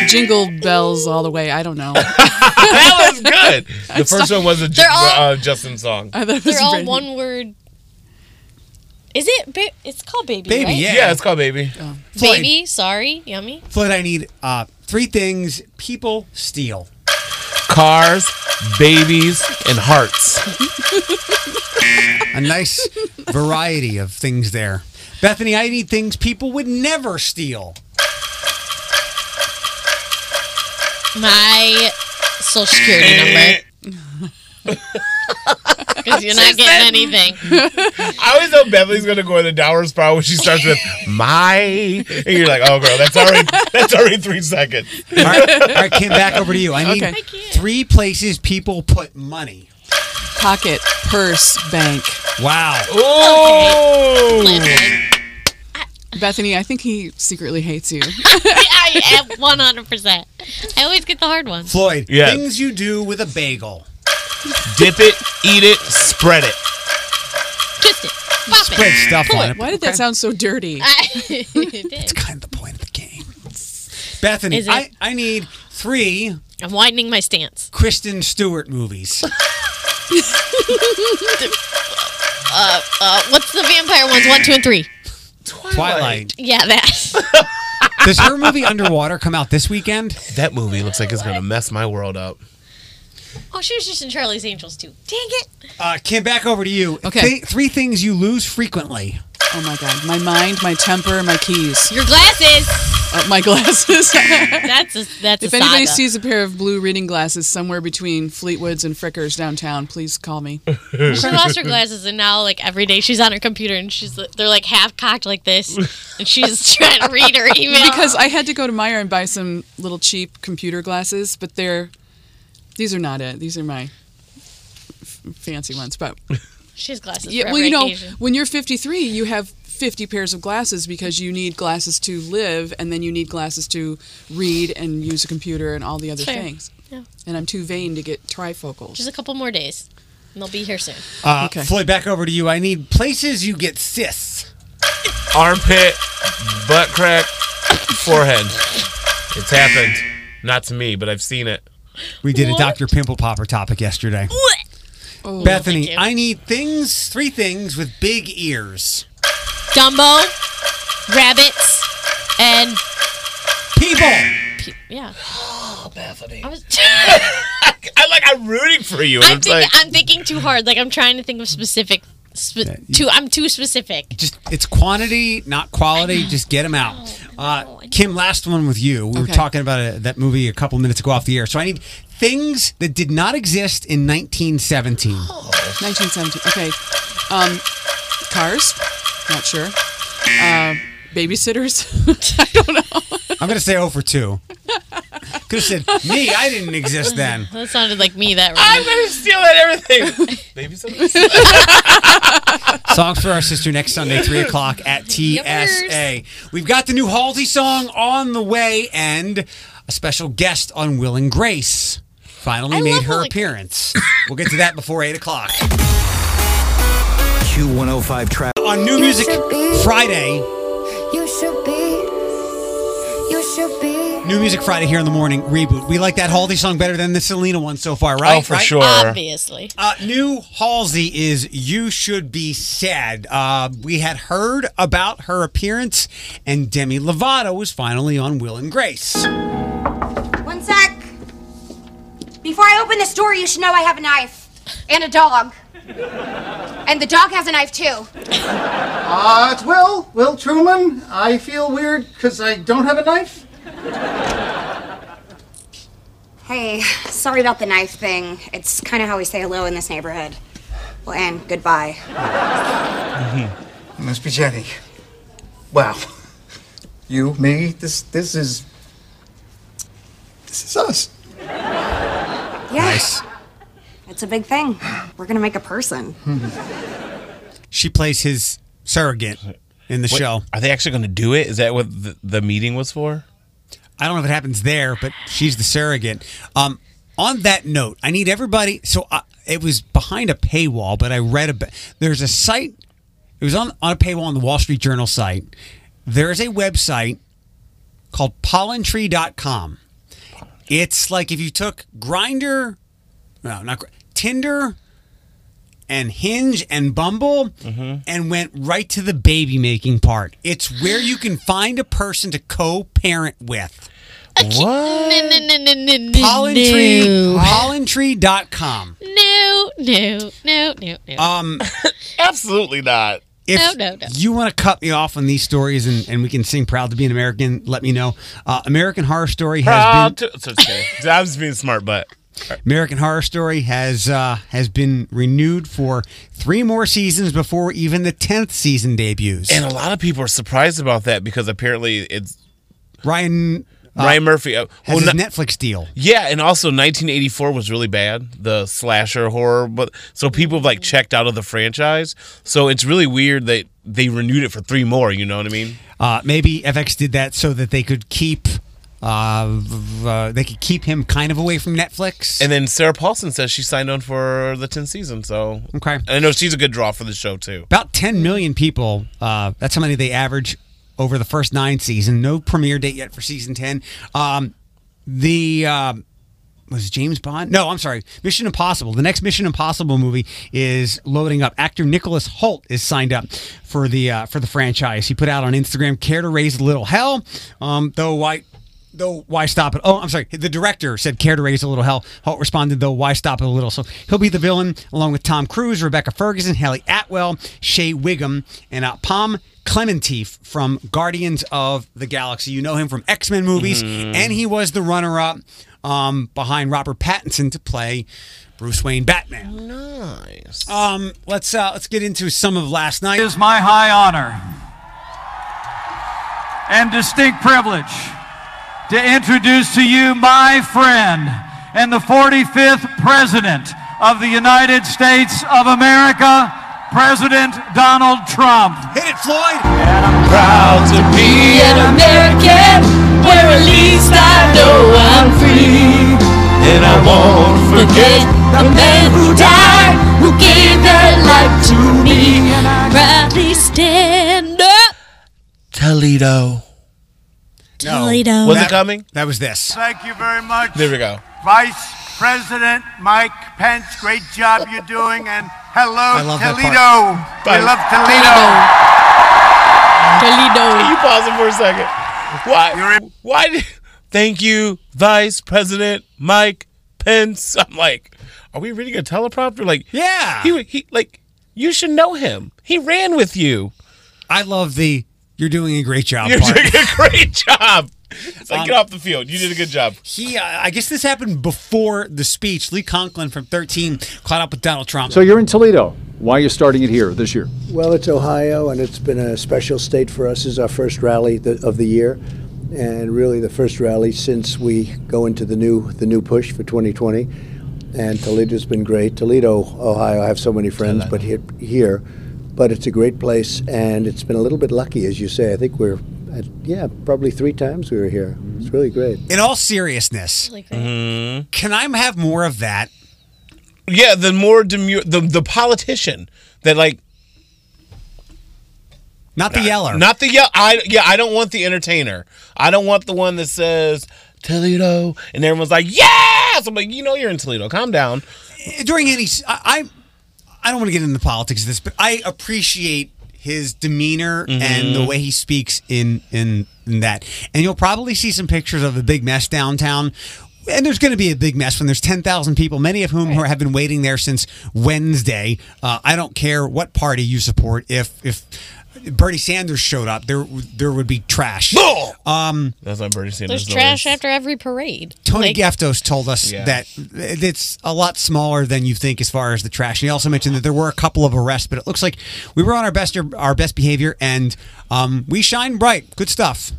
S9: Jingle bells all the way. I don't know.
S3: that was good.
S9: I'm
S3: The first
S9: sorry.
S3: one was a Ju-
S2: They're all-
S3: uh, Justin song.
S9: I thought it was
S2: They're all
S9: Britney.
S2: one word. Is it? Ba- it's called baby.
S1: Baby,
S2: right? Oh.
S1: yeah.
S3: it's called baby.
S2: Baby. Sorry, yummy.
S1: Floyd, I need uh, three things people steal.
S3: Cars, babies, and hearts.
S1: *laughs* A nice variety of things there. Bethany, I need things people would never steal.
S2: My social security number. *laughs* Because you're not getting anything.
S3: I always know Beverly's gonna go in the downward spiral when she starts with my, and you're like, oh girl, that's already that's already three seconds.
S1: All
S2: *laughs*
S1: right, all right Kim, back over to you. I need
S9: Okay. I
S1: three places people put money.
S9: Pocket, purse, bank.
S1: Wow.
S3: Oh.
S9: Bethany, I think he secretly hates you.
S2: *laughs* I am 100. percent I always get the hard ones.
S1: Floyd,
S3: Yeah.
S1: things you do with a bagel.
S3: Dip it, eat it, spread it.
S2: Twist it. Pop it.
S1: Spread stuff
S2: pull
S1: on it.
S9: Why did that sound so dirty?
S2: *laughs* It's
S1: kind of the point of the game. Bethany,
S2: Is it?
S1: I, I need three
S2: I'm widening my stance. *laughs*
S1: Kristen Stewart movies.
S2: Uh, uh, what's the vampire ones? One, two, and three.
S1: Twilight.
S2: Yeah, that.
S1: *laughs* Does her movie
S2: *laughs*
S1: Underwater come out this weekend?
S3: That movie looks like it's gonna mess my world up.
S2: Oh, she was just in Charlie's Angels too. Dang it!
S1: Uh, Kim, back over to you.
S9: Okay.
S1: Thi- three things you lose frequently.
S9: Oh my God. My mind, my temper, my keys.
S2: Your glasses. *laughs*
S9: Uh, my glasses.
S2: That's a that's
S9: If
S2: a
S9: anybody
S2: saga.
S9: sees a pair of blue reading glasses somewhere between Fleetwood's and Frickers downtown, please
S1: *laughs*
S9: call me.
S2: She lost her glasses, and now like every day she's on her computer, and she's they're like half cocked like this, and she's trying to read her email.
S9: *laughs* Because I had to go to Meyer and buy some little cheap computer glasses, but they're these are not it. These are my f- fancy ones. But
S2: she has glasses.
S9: yeah,
S2: for
S9: well,
S2: every
S9: you know,
S2: occasion.
S9: when you're 53, you have 50 pairs of glasses because you need glasses to live and then you need glasses to read and use a computer and all the other
S2: Fair.
S9: things.
S2: Yeah.
S9: And I'm too vain to get trifocals.
S2: Just a couple more days, and they'll be here soon.
S1: Uh, Floyd, back over to you. I need places you get cysts.
S3: Armpit, butt crack, forehead. It's happened. Not to me, but I've seen it.
S1: We did a Dr. Pimple Popper topic yesterday.
S2: Oh,
S1: Bethany, I need things, three things with big ears.
S2: Dumbo, rabbits, and
S1: people.
S2: yeah. Oh,
S3: Bethany.
S2: I was.
S3: I like. I'm rooting for you. and
S2: I'm
S3: it's
S2: thinking,
S3: like-
S2: I'm thinking too hard. Like I'm trying to think of specific. Spe- too, I'm too specific.
S1: Just it's quantity, not quality. Just get them out. Uh, Kim, last one with you. We were
S2: Okay.
S1: talking about uh that movie a couple minutes ago off the air. So I need things that did not exist in 1917.
S9: 1917. Okay. Um, cars? Not sure. Uh, babysitters?
S2: *laughs*
S9: *laughs* I don't know.
S1: I'm gonna say 0 for two. Could have said me. I didn't exist then.
S2: That sounded like me. That
S3: I'm gonna steal that everything.
S1: *laughs* Songs for our sister next Sunday, three o'clock at TSA. We've got the new Halsey song on the way, and a special guest on Will and Grace finally made her appearance. we'll get to that before eight o'clock.
S11: Q105 track.
S1: On New Music Friday,
S8: You should be. You should be.
S1: New Music Friday here in the morning reboot. We like that Halsey song better than the Selena one so far, right?
S3: Oh, for
S1: Right?
S3: sure.
S2: Obviously.
S1: Uh, new Halsey is You Should Be Sad. Uh, we had heard about her appearance, and Demi Lovato was finally on Will and Grace.
S16: One sec. Before I open this door, you should know I have a knife and a dog. And the dog has a knife too.
S14: Uh, it's Will, Will Truman. I feel weird because I don't have a knife.
S16: Hey, sorry about the knife thing. It's kind of how we say hello in this neighborhood. Well, and goodbye.
S14: It must be Jenny. Mm-hmm. Wow. You, me, this, this is, this is us.
S16: Yeah. It's a big thing. We're gonna make a person.
S1: *laughs* She plays his surrogate in the
S3: Wait,
S1: show.
S3: Are they actually going to do it? Is that what the, the meeting was for?
S1: I don't know if it happens there, but she's the surrogate. Um, on that note, I need everybody. So I, it was behind a paywall, but I read about. There's a site. It was on on a paywall on the Wall Street Journal site. There is a website called pollentree.com. It's like if you took Grinder, no, not Gr- Tinder, and Hinge and Bumble and went right to the baby making part. It's where you can find a person to co parent with. Pollentree, pollentree.com.
S2: No, no, no, no, no. *laughs*
S1: Um,
S3: Absolutely not.
S1: If
S2: No, no, no.
S1: you want to cut me off on these stories and, and we can sing Proud to be an American, let me know. Uh, American Horror Story has been.
S3: Proud to- so it's okay. I'm just being smart, but
S1: American Horror Story has uh, has been renewed for three more seasons before even the tenth season debuts. Uh,
S3: and a lot of people are surprised about that because apparently it's
S1: Ryan uh,
S3: Ryan Murphy uh,
S1: has
S3: well,
S1: his
S3: no-
S1: Netflix deal.
S3: Yeah, and also 1984 was really bad, the slasher horror, but so people have like checked out of the franchise. So it's really weird that they renewed it for three more. You know what I mean?
S1: Uh, maybe FX did that so that they could keep uh, v- uh, they could keep him kind of away from Netflix.
S3: And then Sarah Paulson says she signed on for the 10th season. So
S1: Okay.
S3: and I know she's a good draw for the show too.
S1: About 10 million people. Uh, that's how many they average over the first nine season. No premiere date yet for season 10. Um, the um was it James Bond? No, I'm sorry. Mission Impossible. The next Mission Impossible movie is loading up. Actor Nicholas Holt is signed up for the uh, for the franchise. He put out on Instagram, "Care to raise a little hell?" Um, though why. Though why stop it? Oh, I'm sorry. The director said, "Care to raise a little hell?" Holt responded, "Though why stop it a little?" So he'll be the villain along with Tom Cruise, Rebecca Ferguson, Haley Atwell, Shea Wiggum, and uh, Pom Clementif from Guardians of the Galaxy. You know him from X Men movies,
S3: Mhm.
S1: and he was the runner-up um, behind Robert Pattinson to play Bruce Wayne Batman. Nice. Um, let's uh, let's get into some of last night.
S4: is my high honor and distinct privilege to introduce to you my friend and the 45th President of the United States of America, President Donald Trump.
S1: Hit it, Floyd.
S4: And I'm proud to be an
S15: American, where at least I know I'm free. And I won't forget the man who died, who gave their life to me. And I proudly stand up.
S3: Toledo.
S5: No.
S2: Toledo.
S3: Was it
S5: That-
S3: coming?
S1: That was this.
S5: Thank you very much.
S3: There we go.
S5: Vice President Mike Pence, great job you're doing, and hello
S3: I love that
S5: Toledo.
S3: part. Bye. Toledo. Can you pause
S5: We love Toledo.
S3: it for a second? Why? Why? Did, thank you, Vice President Mike Pence. I'm like, are we reading a teleprompter? Like,
S1: yeah.
S3: He, he like, you should know him. He ran with you.
S1: I love the "You're doing a great job."
S3: You're
S1: part.
S3: doing a great *laughs* job. It's like
S1: Um,
S3: get off the field. You did a good job.
S1: He, uh, I guess this happened before the speech. Lee Conklin from 13 caught up with Donald Trump.
S6: So you're in Toledo. Why are you starting it here this year?
S7: Well, it's Ohio, and it's been a special state for us. This is our first rally th- of the year, and really the first rally since we go into the new the new push for 2020. And Toledo's been great. Toledo, Ohio, I have so many friends, but here, here, but it's a great place, and it's been a little bit lucky, as you say. I think we're, at, yeah, probably three times we were here. It's really great.
S1: In all seriousness, can I have more of that?
S3: Mm-hmm. Yeah, the more demure, the the politician that like.
S1: Not the yeller.
S3: Not the yeller. I yeah. I don't want the entertainer. I don't want the one that says Toledo and everyone's like yes. I'm like you know you're in Toledo. Calm down.
S1: Eh, during any I, I I don't want to get into the politics of this, but I appreciate his demeanor
S3: Mhm.
S1: and the way he speaks in, in in that. And you'll probably see some pictures of a big mess downtown. And there's going to be a big mess when there's 10,000 people, many of whom who have been waiting there since Wednesday. Uh, I don't care what party you support. If if Bernie Sanders showed up, there there would be trash. Um,
S3: That's my Bernie
S2: There's
S3: Sanders.
S2: trash after every parade.
S1: Tony Gaftos told us
S2: Yeah.
S1: that it's a lot smaller than you think as far as the trash. And he also mentioned that there were a couple of arrests, but it looks like we were on our best our best behavior and um, we shine bright. Good stuff.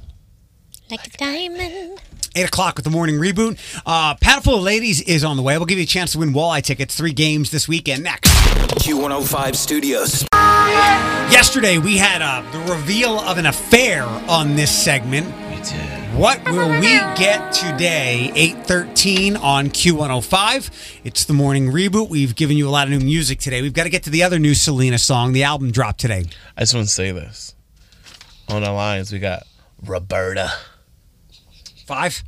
S2: Like a diamond.
S1: Eight o'clock with the morning reboot. Uh, Paddleful of Ladies is on the way. We'll give you a chance to win walleye tickets. Three games this weekend. Next.
S11: Q105 Studios.
S1: Yesterday we had uh, the reveal of an affair on this segment. We did. What will we get today? 813 on Q105. It's the morning reboot. We've given you a lot of new music today. We've got to get to the other new Selena song. The album dropped today.
S3: I just want to say this. On our lines, we got Roberta.
S1: Five?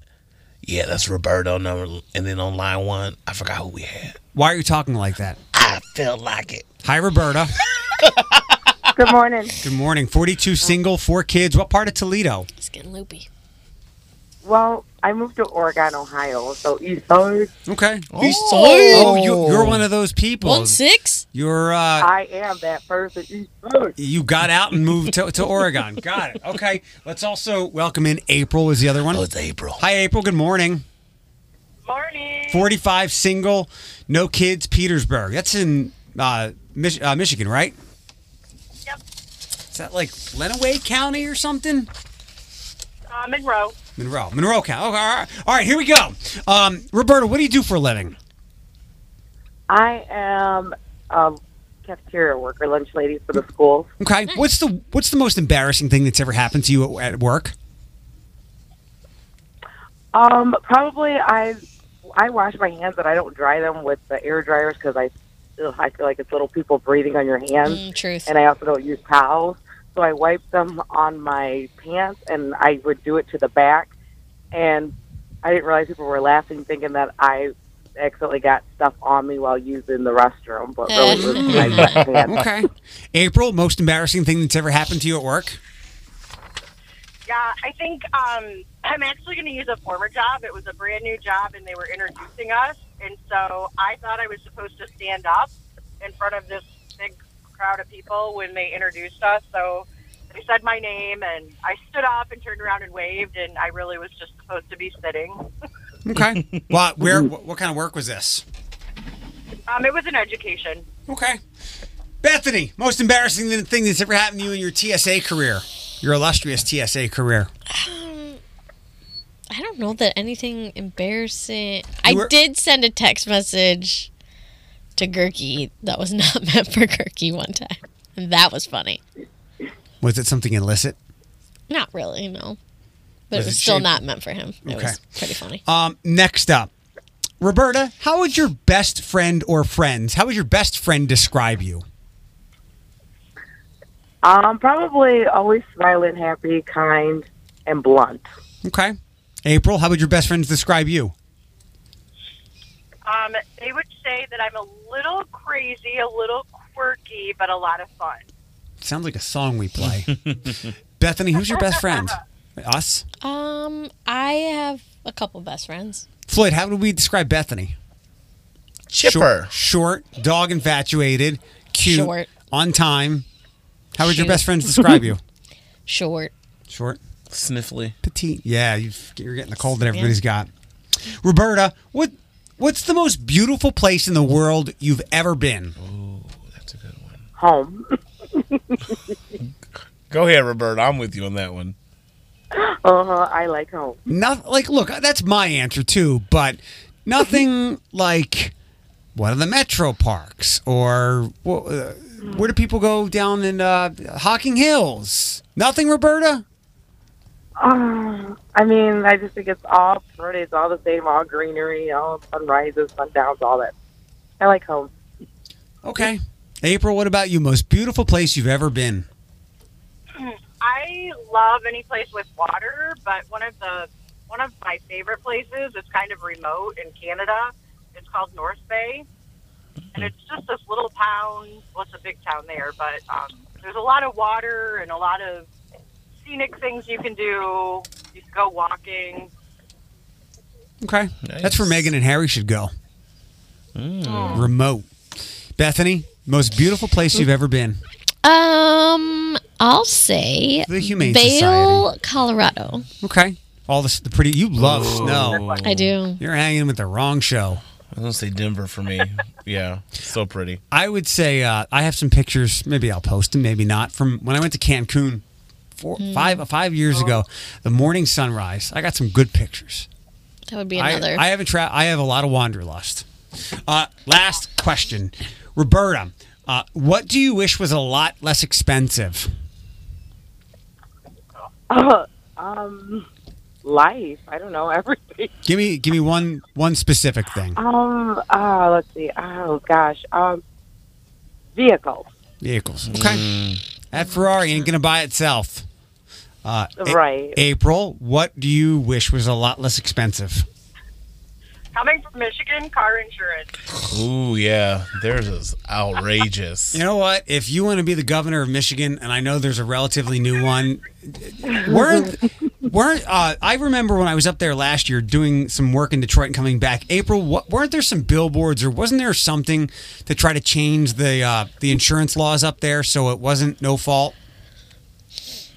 S3: Yeah, that's Roberta. On number, and then on line one, I forgot who we had.
S1: Why are you talking like that?
S3: I feel like it.
S1: Hi, Roberta.
S17: Good morning.
S1: Good morning. 42 single, four kids. What part of Toledo?
S2: It's *laughs* getting loopy.
S17: Well, I moved to Oregon, Ohio, so East Side.
S1: Okay.
S17: East
S1: Oh, you, you're one of those people.
S17: One six?
S1: You're uh,
S17: I am that person. East Side.
S1: you got out and moved to, to
S17: *laughs*
S1: Oregon. Got it. Okay. Let's also welcome in April is the other one. Oh, it's
S3: April.
S1: Hi, April. Good morning. Morning. 45 single, no kids, Petersburg. That's in uh, Mich- uh, Michigan, right?
S17: Yep.
S1: Is that like Lenawee County or something?
S17: Uh, Monroe.
S1: Monroe. Monroe County. Okay, all right. All right, here we go. Um, Roberta, what do you do for a living?
S17: I am a cafeteria worker, lunch lady for the school.
S1: Okay. What's the what's the most embarrassing thing that's ever happened to you at, at work?
S17: Um, probably I I wash my hands, but I don't dry them with the air dryers because I ugh, I feel like it's little people breathing on your hands.
S2: Mm, truth.
S17: And I also don't use towels, so I wipe them on my pants, and I would do it to the back. And I didn't realize people were laughing, thinking that I accidentally got stuff on me while using the restroom, but really it was
S2: Mm.
S17: my
S2: *laughs*
S17: wet pants.
S1: okay. April, most embarrassing thing that's ever happened to you at work?
S18: Yeah, I think um, I'm actually going to use a former job. It was a brand new job, and they were introducing us, and so I thought I was supposed to stand up in front of this big crowd of people when they introduced us. So they said my name, and I stood up and turned around and waved, and I really was just supposed to be sitting. *laughs*
S1: Okay. Mm-hmm. well, where what, what kind of work was this?
S18: Um, it was an education.
S1: Okay. Bethany, most embarrassing thing that's ever happened to you in your TSA career, your illustrious TSA career.
S2: I don't know that anything embarrassing. I
S1: were-
S2: did send a text message to Gurky that was *laughs* not meant for Gurky one time. And that was funny.
S1: Was it something illicit?
S2: Not really, no. But
S1: Was
S2: it was
S1: it
S2: still
S1: shaped-
S2: not meant for him. It
S1: Okay.
S2: was pretty funny.
S1: Um, next up, Roberta, how would your best friend or friends, how would your best friend describe you?
S17: Um, probably always smiling, happy, kind, and blunt.
S1: Okay. April, how would your best friends describe you?
S18: Um, they would say that I'm a little crazy, a little quirky, but a lot of fun.
S1: Sounds like a song we *laughs* play. Bethany, who's your best friend? Us?
S2: Um, I have a couple best friends.
S1: Floyd, how would we describe Bethany?
S3: Chipper.
S1: Short, short dog infatuated, cute,
S2: Short.
S1: on time. How would your
S2: Shoot.
S1: best friends describe you?
S2: Short.
S1: Short.
S3: Sniffly.
S1: Petite. Yeah, you've, you're getting the cold that everybody's got. Roberta, what what's the most beautiful place in the world you've ever been?
S17: Home. *gasps*
S3: Go ahead, Roberta. I'm with you on that one.
S17: Uh, I like home.
S1: Not like look, that's my answer too, but nothing like one of the metro parks or wh- uh, where do people go down in uh, Hocking Hills? Nothing, Roberta.
S17: Uh, *sighs* I mean, I just think it's all pretty. It's all the same, all greenery, all sunrises, sundowns, all that. I like home. *laughs*
S1: Okay. April, what about you? Most beautiful place you've ever been?
S18: *clears throat* I love any place with water, but one of the one of my favorite places is kind of remote in Canada. It's called North Bay, and it's just this little town. Well, it's a big town there, but um, there's a lot of water and a lot of scenic things you can do. You can go walking.
S1: Okay. That's where Megan and Harry should go. Remote. Bethany, most beautiful place you've ever been?
S2: Um, I'll say
S1: The Humane
S2: Vail, Colorado.
S1: Okay. All this, the pretty, you love snow.
S2: I do.
S1: You're hanging with the wrong show.
S3: I was gonna say Denver for me. yeah, so pretty.
S1: I would say uh, I have some pictures. Maybe I'll post them. Maybe not. From when I went to Cancun four,
S2: Mm.
S1: five, five years ago, the morning sunrise. I got some good pictures.
S2: That would be
S1: I-
S2: another.
S1: I, have a tra- I have a lot of wanderlust. Uh, last question, Roberta. Uh, what do you wish was a lot less expensive?
S17: Uh, um, life. I don't know *laughs* everything.
S1: Give me give me one one specific thing.
S17: Um. Uh, let's see. Oh gosh. Um. Vehicles.
S1: Vehicles. Okay. That Ferrari ain't gonna buy itself. Uh, A-
S17: Right.
S1: April, what do you wish was a lot less expensive?
S18: Coming from Michigan, car insurance.
S3: Ooh, yeah. Theirs is outrageous.
S1: You know what? If you want to be the governor of Michigan, and I know there's a relatively new one, weren't weren't uh, I remember when I was up there last year doing some work in Detroit and coming back. April, what, weren't there some billboards or wasn't there something to try to change the uh, the insurance laws up there so it wasn't no fault
S18: Yes,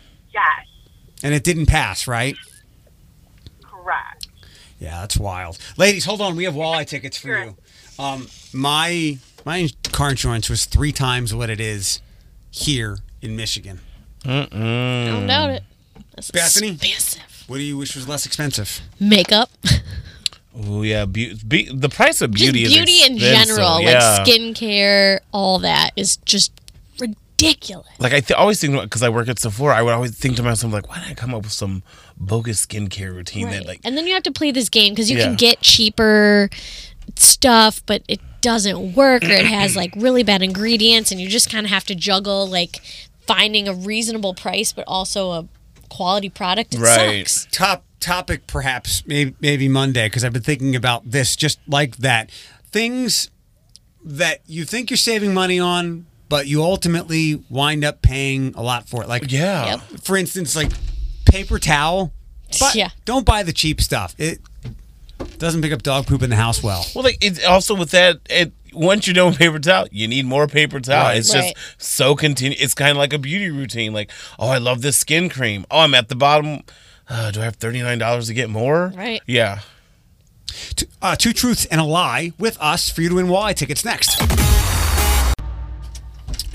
S1: and it didn't pass, right?
S18: correct.
S1: Yeah, that's wild. Ladies, hold on. We have walleye tickets for you. Um, my my car insurance was three times what it is here in Michigan.
S3: Mm-mm.
S2: don't doubt it. That's
S1: Bethany,
S2: expensive.
S1: what do you wish was less expensive?
S2: Makeup.
S3: Ooh, yeah. Be- be- the price of beauty
S2: just beauty
S3: is
S2: in
S3: expensive,
S2: general,
S3: yeah.
S2: like skincare, all that is just ridiculous.
S3: Like I th- always think because I work at Sephora, I would always think to myself like, why did I come up with some bogus skincare routine that like
S2: and then you have to play this game because you
S3: Yeah.
S2: can get cheaper stuff, but it doesn't work or it has like really bad ingredients, and you just kind of have to juggle like finding a reasonable price, but also a quality product. It sucks.
S1: Top topic, perhaps maybe maybe Monday because I've been thinking about this just like that. Things that you think you're saving money on, but you ultimately wind up paying a lot for it. Like
S3: yeah,
S1: for instance, like paper towel. But
S2: Yeah.
S1: don't buy the cheap stuff. It doesn't pick up dog poop in the house well.
S3: Well, like it's also with that. It once you don't paper towel, you need more paper towel.
S1: Right.
S3: It's
S1: Right.
S3: just so continu It's kind of like a beauty routine. Like, oh, I love this skin cream. Oh, I'm at the bottom. Uh, do I have thirty nine dollars to get more?
S2: Right.
S3: Yeah.
S1: Uh, two truths and a lie with us for you to win walleye tickets next.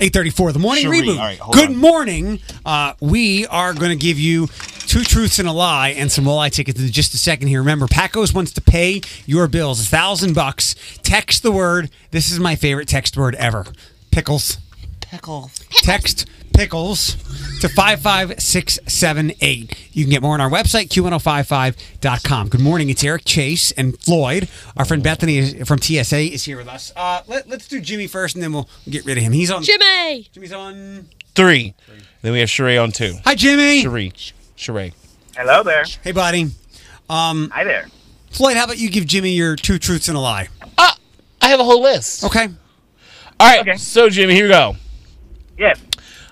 S1: 834 the morning
S3: Cherie,
S1: reboot.
S3: all right, hold
S1: Good
S3: on.
S1: morning. Uh, we are going to give you two truths and a lie and some walleye tickets in just a second here. Remember, Pacos wants to pay your bills. A thousand bucks. Text the word. This is my favorite text word ever. Pickles.
S19: Pickles.
S1: Text pickles to 55678. You can get more on our website, q1055.com. Good morning. It's Eric Chase and Floyd. Our friend Bethany is, from TSA is here with us. Uh, let, let's do Jimmy first and then we'll get rid of him. He's on.
S2: Jimmy.
S1: Jimmy's on.
S3: Three. Then we have Sheree on two.
S1: Hi, Jimmy.
S3: Sheree. Sheree.
S1: Hello there. Hey, buddy. Um, Hi there. Floyd, how about you give Jimmy your two truths and a lie?
S3: Ah, I have a whole list.
S1: Okay.
S3: All right. So, Jimmy, here we go.
S19: Yes.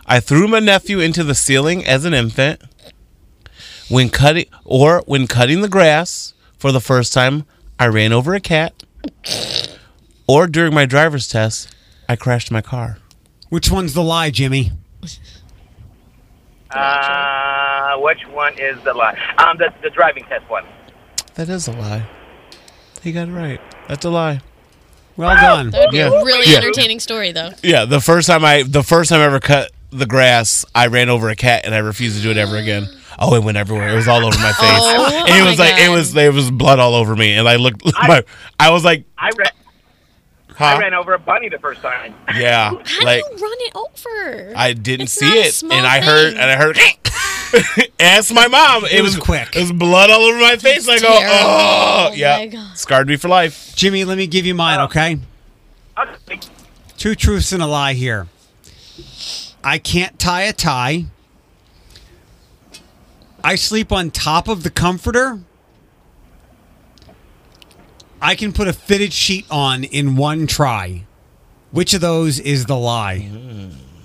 S3: I threw my nephew into the ceiling as an infant. When cutting or when cutting the grass for the first time, I ran over a cat. Or during my driver's test, I crashed my car.
S1: Which one's the lie, Jimmy?
S19: Uh, which one is the lie? Um, the, the driving test one.
S3: That is a lie. He got it right. That's a lie.
S1: Well done.
S2: That would be a really
S3: Yeah.
S2: entertaining story, though.
S3: Yeah, the first time I the first time I ever cut the grass, I ran over a cat and I refused to do it ever again. Oh, it went everywhere. It was all over my face.
S19: Oh,
S3: and it
S19: my
S3: was like it was there was blood all over me and I looked *laughs* my, I was like,
S19: I ran,
S3: huh?
S19: I ran over a bunny the first time.
S3: Yeah. Like
S2: Run it over.
S3: I didn't see
S2: not a
S3: it
S2: small
S3: and I heard and I heard *laughs* Ask my mom. It, was, quick. It was blood all over my face. and I go,
S1: terrible.
S3: oh,
S1: Oh, my
S3: yeah,
S1: God.
S3: scarred me for life.
S1: Jimmy, let me give you mine, okay? Two truths and a lie here. I can't tie a tie. I sleep on top of the comforter. I can put a fitted sheet on in one try. Which of those is the lie?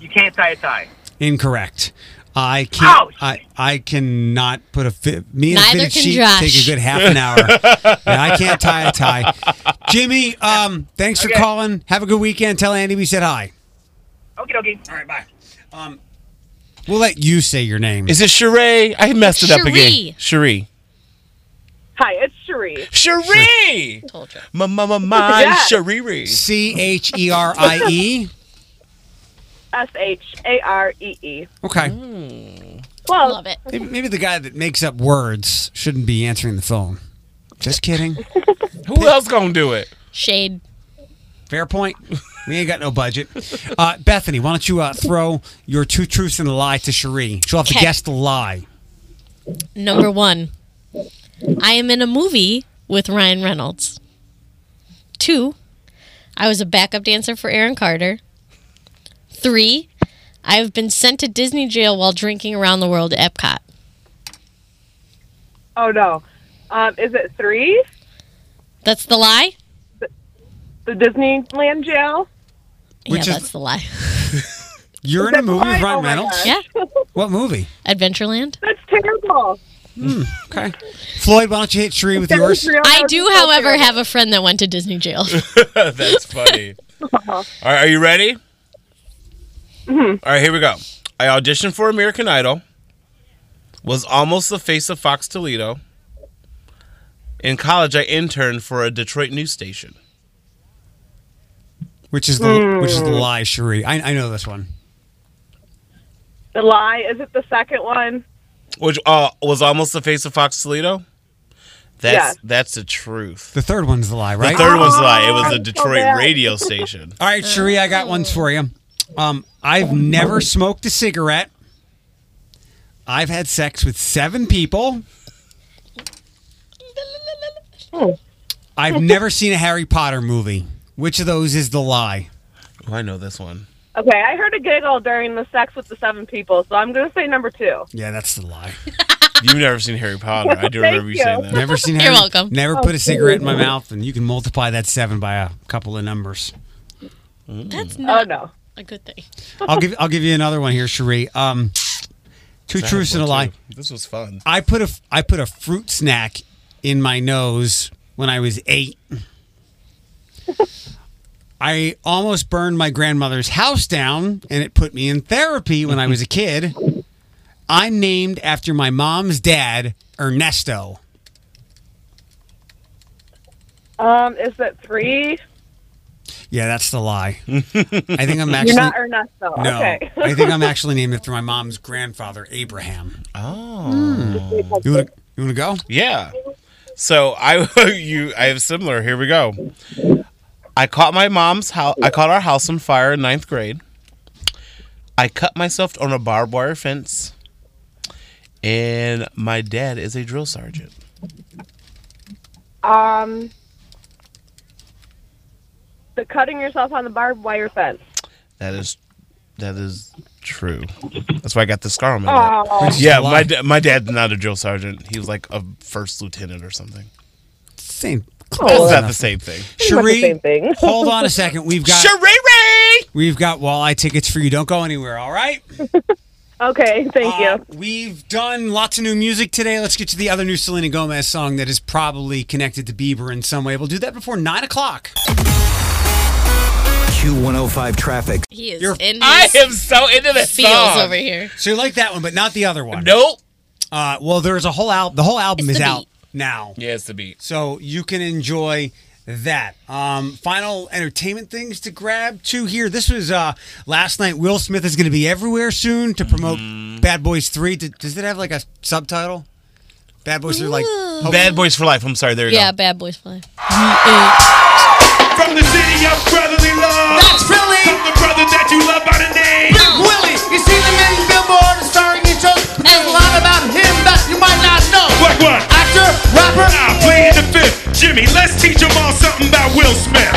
S19: You can't tie a tie.
S1: Incorrect. I can't. I, I cannot put a fit. Me and a
S19: Neither
S1: fitted
S19: can
S1: sheet
S19: Josh.
S1: take a good half an
S19: *laughs*
S1: hour. And I can't tie a tie. Jimmy, um, thanks for calling. Have a good weekend. Tell Andy we said hi.
S19: Okie dokie.
S1: All right, bye. Um, We'll let you say your name.
S3: Is it Sheree? I messed it up again.
S19: Sheree.
S3: Sheree.
S19: Hi, it's Cherie.
S3: Cherie!
S19: Told you.
S3: My, my, my, my
S19: Yeah.
S3: Sheree.
S1: C H E R I
S3: *laughs*
S1: E.
S19: S H A R E E.
S1: Okay.
S19: Well, love it.
S1: Maybe, maybe the guy that makes up words shouldn't be answering the phone. Just kidding.
S3: Who else gonna do it?
S2: Shade.
S1: Fair point. We ain't got no budget. Uh, Bethany, why don't you uh, throw your two truths and a lie to Cherie? She'll have to
S2: Okay.
S1: guess the lie.
S2: Number one, I am in a movie with Ryan Reynolds. Two, I was a backup dancer for Aaron Carter. Three, I have been sent to Disney jail while drinking around the world at Epcot.
S18: Oh no. Um, is it three?
S2: That's the lie?
S18: The Disneyland jail?
S1: Which
S2: yeah,
S1: is-
S2: that's the lie.
S1: You're in a movie with Ryan Reynolds?
S2: Yeah.
S1: What movie?
S2: Adventureland.
S18: oh That's terrible.
S1: Hmm, okay. Floyd, why don't you hit Cherie with yours?
S2: I do, however, have a friend that went to
S1: *laughs*
S2: Disney jail.
S3: That's funny.
S18: Uh-huh.
S3: All right, are you ready?
S18: Mm-hmm.
S3: All right, here we go. I auditioned for American Idol. Was almost the face of Fox Toledo. In college, I interned for a Detroit news station.
S1: Which is the which
S3: Hmm.
S1: is the lie, Cherie? I, I know this one.
S18: The lie. Is it the second one?
S3: Which uh, was almost the face of Fox Toledo. That's
S1: Yes.
S3: that's the truth.
S1: The third one's the lie,
S3: The
S1: right?
S3: third one's a lie.
S1: *laughs*
S3: It was a
S1: I'm so
S3: Detroit
S1: bad.
S3: radio station.
S1: All right, Cherie, I got ones for you. Um, I've never smoked a cigarette. I've had sex with seven people.
S18: *laughs*
S1: I've never seen a Harry Potter movie. Which of those is the lie?
S3: Oh, I know this one.
S18: Okay, I heard a giggle during the sex with the seven people, so I'm gonna say number two.
S1: Yeah, that's the lie.
S3: You've never seen Harry Potter. I do
S18: Thank
S3: remember you, saying
S18: you.
S3: that.
S1: Never seen
S18: You're
S1: Harry.
S18: welcome.
S1: Never
S18: Oh,
S1: put a cigarette in my
S18: goodness.
S1: mouth, and you can multiply that seven by a couple of numbers.
S18: Oh,
S2: That's not a good thing.
S1: I'll give I'll give you another one here, Cherie. Um, two
S3: I had
S1: truths and a
S3: one,
S1: lie.
S3: too. This was fun.
S1: I put a I put a fruit snack in my nose when I was eight. I almost burned my grandmother's house down, and it put me in therapy when I was a kid. I'm named after my mom's dad, Ernesto.
S18: Um, is it three?
S1: Yeah, that's the lie. I think I'm actually
S20: You're not Ernesto.
S3: Oh,
S1: No,
S20: Okay.
S1: I think I'm
S18: *laughs*
S1: actually named after my mom's grandfather, Abraham.
S3: Oh,
S1: you want to you want to go?
S3: Yeah. So I *laughs* you I have similar. Here we go. I caught my mom's house. I caught our house on fire in ninth grade. I cut myself on a barbed wire fence, and my dad is a drill sergeant.
S20: Um, the cutting yourself on the barbed wire fence.
S3: That is that is true. That's why I got the scar on my
S20: Oh.
S3: neck.
S20: Which is
S3: Yeah,
S20: a lie.
S3: my da- my dad's not a drill sergeant. He was like a first lieutenant or something.
S1: Same.
S3: Oh, is that the same thing?
S1: Cherie,
S3: *laughs*
S1: hold on a second. We've got
S3: Cherie.
S1: We've got walleye tickets for you. Don't go anywhere. All
S18: *laughs*
S1: right.
S20: Okay, thank
S1: you. We've done lots of new music today. Let's get to the other new Selena Gomez song that is probably connected to Bieber in some way. We'll do that before nine o'clock.
S11: Q105 traffic.
S2: He is
S1: You're-
S2: in his
S3: I am so into this
S2: feels
S3: song.
S2: over here.
S1: So you like that one, but not the other one.
S3: Nope.
S1: Uh, well, there's a whole album. The whole album
S3: It's
S1: is
S3: the
S1: out
S3: beat.
S1: now.
S3: Yeah, it's the beat.
S1: So you can enjoy that. Um, final entertainment things to grab too here. This was uh, last night. Will Smith is going to be everywhere soon to promote
S3: Mm.
S1: Bad Boys Three. D- does it have like a subtitle? Bad Boys are like
S3: Bad Boys for Life. I'm sorry. There you
S2: Yeah, bad boys play.
S13: From the city of brotherly love.
S15: That's Philly.
S13: From the brother that you love by the name.
S15: Big Willie, you see the men billboard is starring each other. There's a lot about him that you might not know.
S13: What, what?
S15: Actor, rapper.
S13: Now playing the fifth. Jimmy, let's teach them all something about Will Smith.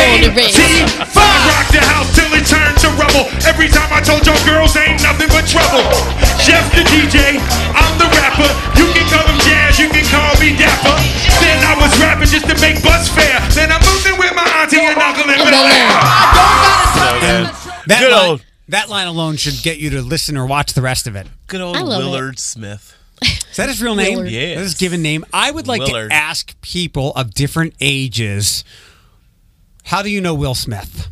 S13: Antifa. Rock the house till it turned to rubble. Every time I told your girls ain't nothing but trouble. Jeff the DJ, I'm the rapper. You can call him Jazz, you can call me Dapper. Then I was rapping just to make bus fare. Then I moved in with my auntie and uncle in Atlanta.
S1: that line, that line alone should get you to listen or watch the rest of it.
S3: Good old
S1: I love it.
S3: Willard Smith.
S1: Is that his real name?
S3: Willard.
S1: That's his given name. I would like
S3: Willard.
S1: to ask people of different ages, how do you know Will Smith?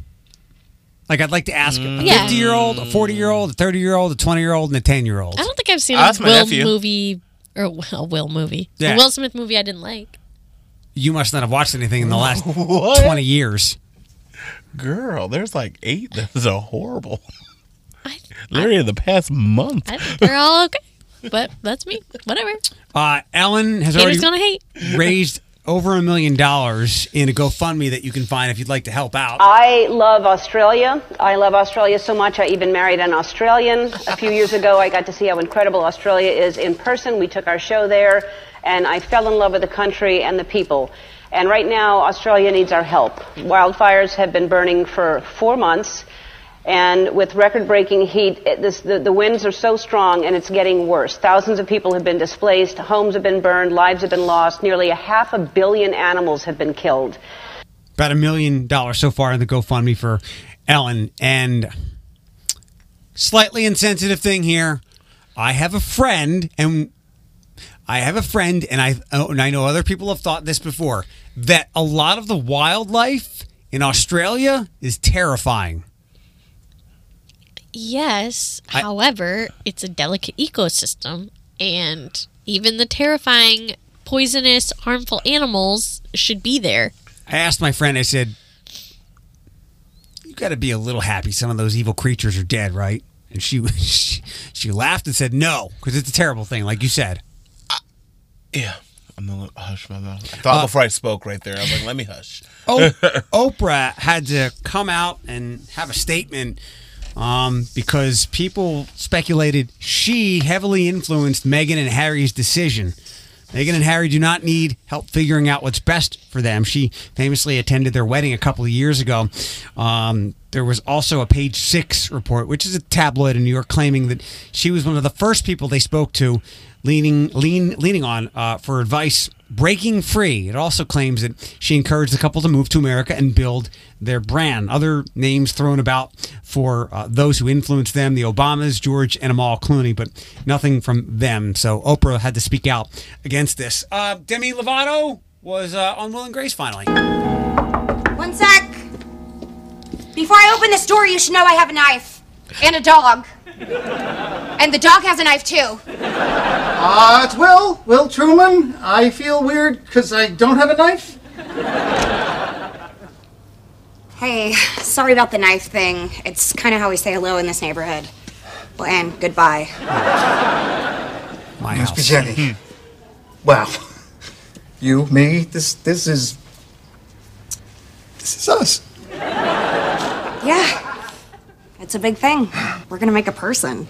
S1: Like, I'd like to ask a 50
S2: Mm. Yeah.
S1: year old, a 40 year old, a 30 year old, a 20 year old, and a 10 year old.
S2: I don't think I've seen
S1: Oh,
S2: a
S1: that's my
S2: Will
S1: nephew.
S2: movie or a Will- Will movie.
S1: Yeah.
S2: A Will Smith movie I didn't like.
S1: You must not have watched anything in the
S3: *laughs*
S1: last 20 years.
S3: Girl, there's like eight. That was a horrible. *laughs* Larry, in the past month.
S2: I think they're all okay. But that's me. Whatever.
S1: Uh, Ellen has
S2: Haters gonna
S1: already
S2: hate. *laughs*
S1: raised over a million dollars in a GoFundMe that you can find if you'd like to help out.
S12: I love Australia. I love Australia so much I even married an Australian. A few years ago, I got to see how incredible Australia is in person. We took our show there, and I fell in love with the country and the people. And right now, Australia needs our help. Wildfires have been burning for four months, and with record breaking heat, it, this, the, the winds are so strong and it's getting worse. Thousands of people have been displaced, homes have been burned, lives have been lost, nearly a half a billion animals have been killed.
S1: about a million dollars so far in the GoFundMe for Ellen. And slightly insensitive thing here. I have a friend, and I have a friend, and I oh, and I know other people have thought this before that a lot of the wildlife in Australia is terrifying.
S2: Yes.
S1: I-
S2: however, it's a delicate ecosystem, and even the terrifying, poisonous, harmful animals should be there.
S1: I asked my friend. I said, "You got to be a little happy. Some of those evil creatures are dead, right?" And she *laughs* she, she laughed and said, "No, because it's a terrible thing, like you said."
S3: Yeah. I'm gonna hush my mouth. I thought
S1: Uh,
S3: before I spoke right there. I was like, let me hush.
S1: O- Oprah had to come out and have a statement um, because people speculated she heavily influenced Meghan and Harry's decision. Meghan and Harry do not need help figuring out what's best for them. She famously attended their wedding a couple of years ago. Um, there was also a Page Six report, which is a tabloid in New York, claiming that she was one of the first people they spoke to, leaning lean leaning on uh, for advice. Breaking free. It also claims that she encouraged the couple to move to America and build their brand. Other names thrown about for uh, those who influenced them the Obamas, George, and Amal Clooney, but nothing from them. So Oprah had to speak out against
S11: *laughs*
S1: this. Uh, Demi Lovato was uh, on Will and Grace finally.
S16: One sec. Before I open this door, you should know I have a knife and a dog. And the dog has a knife too.
S14: Uh, it's Will. Will Truman. I feel weird because I don't have a knife.
S16: Hey, sorry about the knife thing. It's kind of how we say hello in this neighborhood. Well, and goodbye.
S14: My Must be Jenny. Wow. You, me. This, this is. This is us.
S16: Yeah, it's a big thing. We're gonna make a person.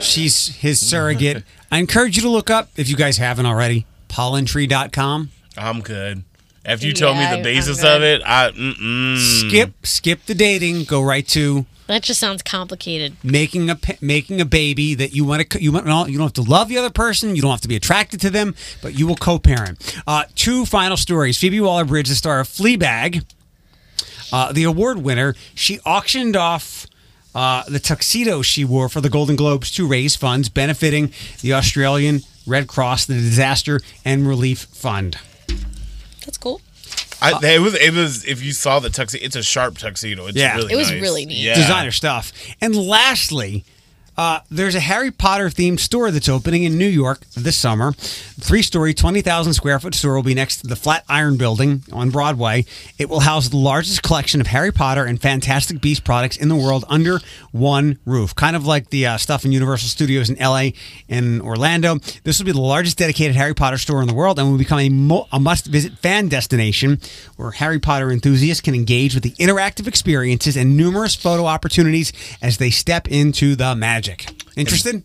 S1: She's his surrogate. I encourage you to look up, if you guys haven't already, pollentree.com.
S3: I'm good. After you told
S2: Yeah,
S3: me
S2: I-
S3: the basis
S2: I'm good.
S3: of it, I mm-mm.
S1: Skip skip the dating, go right to
S2: That just sounds complicated.
S1: making a pa- making a baby that you want to you want no, you don't have to love the other person you don't have to be attracted to them but you will co-parent uh, two final stories phoebe waller-bridge the star of fleabag uh, the award winner she auctioned off uh, the tuxedo she wore for the golden globes to raise funds benefiting the australian red cross the disaster and relief fund
S2: That's cool.
S1: Uh,
S3: I, it was it was if you saw the tuxedo, it's a sharp tuxedo. It's
S1: yeah,
S3: really nice. Yeah.
S1: Designer stuff. And lastly, uh, there's a Harry Potter themed store that's opening in New York this summer. Three story, 20,000 square foot store will be next to the Flatiron Building on Broadway. It will house the largest collection of Harry Potter and Fantastic Beast products in the world under one roof, kind of like the uh, stuff in Universal Studios in LA and Orlando. This will be the largest dedicated Harry Potter store in the world and will become a, mo- a must visit fan destination where Harry Potter enthusiasts can engage with the interactive experiences and numerous photo opportunities as they step into the magic. Interested?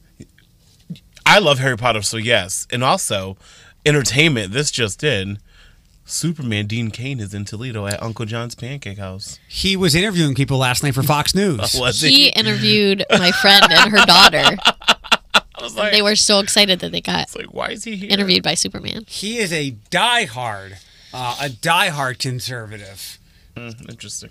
S3: I love Harry Potter, so yes. And also, entertainment. This just in. Superman Dean Kane is in Toledo at Uncle John's Pancake House.
S1: He was interviewing people last night for Fox News.
S3: Was
S2: He
S3: *laughs*
S2: interviewed my friend and her daughter.
S3: was
S2: they were so excited that they got
S3: why is he here?
S2: interviewed by Superman.
S1: He is a diehard, uh, a diehard conservative.
S3: Mm, interesting.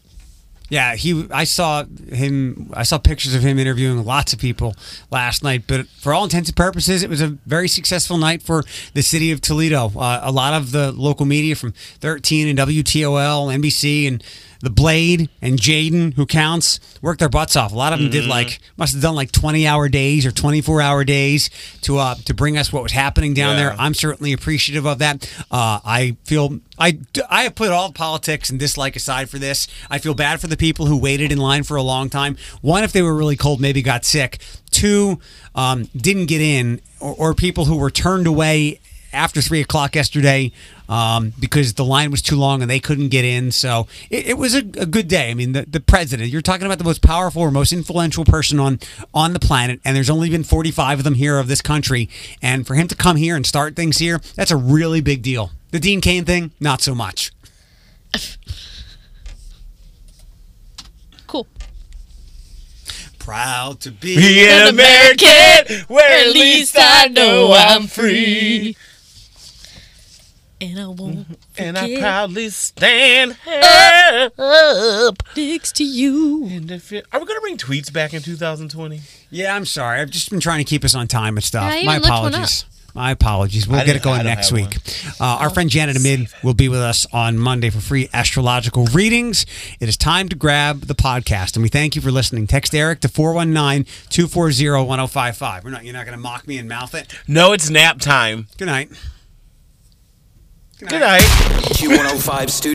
S1: Yeah, he. I saw him. I saw pictures of him interviewing lots of people last night. But for all intents and purposes, it was a very successful night for the city of Toledo. Uh, a lot of the local media from 13 and WTOL, NBC, and the Blade and Jaden, who counts, worked their butts off. A lot of them did
S15: Mhm.
S1: like must have done like 20 hour days or 24 hour days to uh, to bring us what was happening
S15: Yeah.
S1: down there. I'm certainly appreciative of that. Uh, I feel I I have put all politics and dislike aside for this. I feel bad for the people who waited in line for a long time. One, if they were really cold, maybe got sick. Two, um, didn't get in, or, or people who were turned away after three o'clock yesterday um, because the line was too long and they couldn't get in. So it, it was a, a good day. I mean, the, the president, you're talking about the most powerful or most influential person on, on the planet, and there's only been 45 of them here of this country. And for him to come here and start things here, that's a really big deal. The Dean Kane thing, not so much.
S2: Cool.
S1: Proud to be,
S15: Be an American, where at least I know I'm
S3: Oh, free.
S2: And I won't.
S3: And I
S2: forget
S3: proudly stand
S2: up next to you.
S3: And if it, are we gonna bring tweets back in 2020?
S1: Yeah, I'm sorry. I've just been trying to keep us on time and stuff.
S3: Yeah, I even
S1: My
S3: looked one
S1: apologies. My apologies. We'll
S3: I
S1: get
S3: didn't-
S1: it going
S3: I don't
S1: next
S3: have
S1: week. Uh, our friend Janet Amid will be with us on Monday for free astrological readings. It is time to grab the podcast, and we thank you for listening. Text Eric to 419 240 1055. We're not, you're not going to mock me and mouth it.
S3: No, it's nap time.
S1: Good night.
S3: Good night.
S11: Q105 Studio.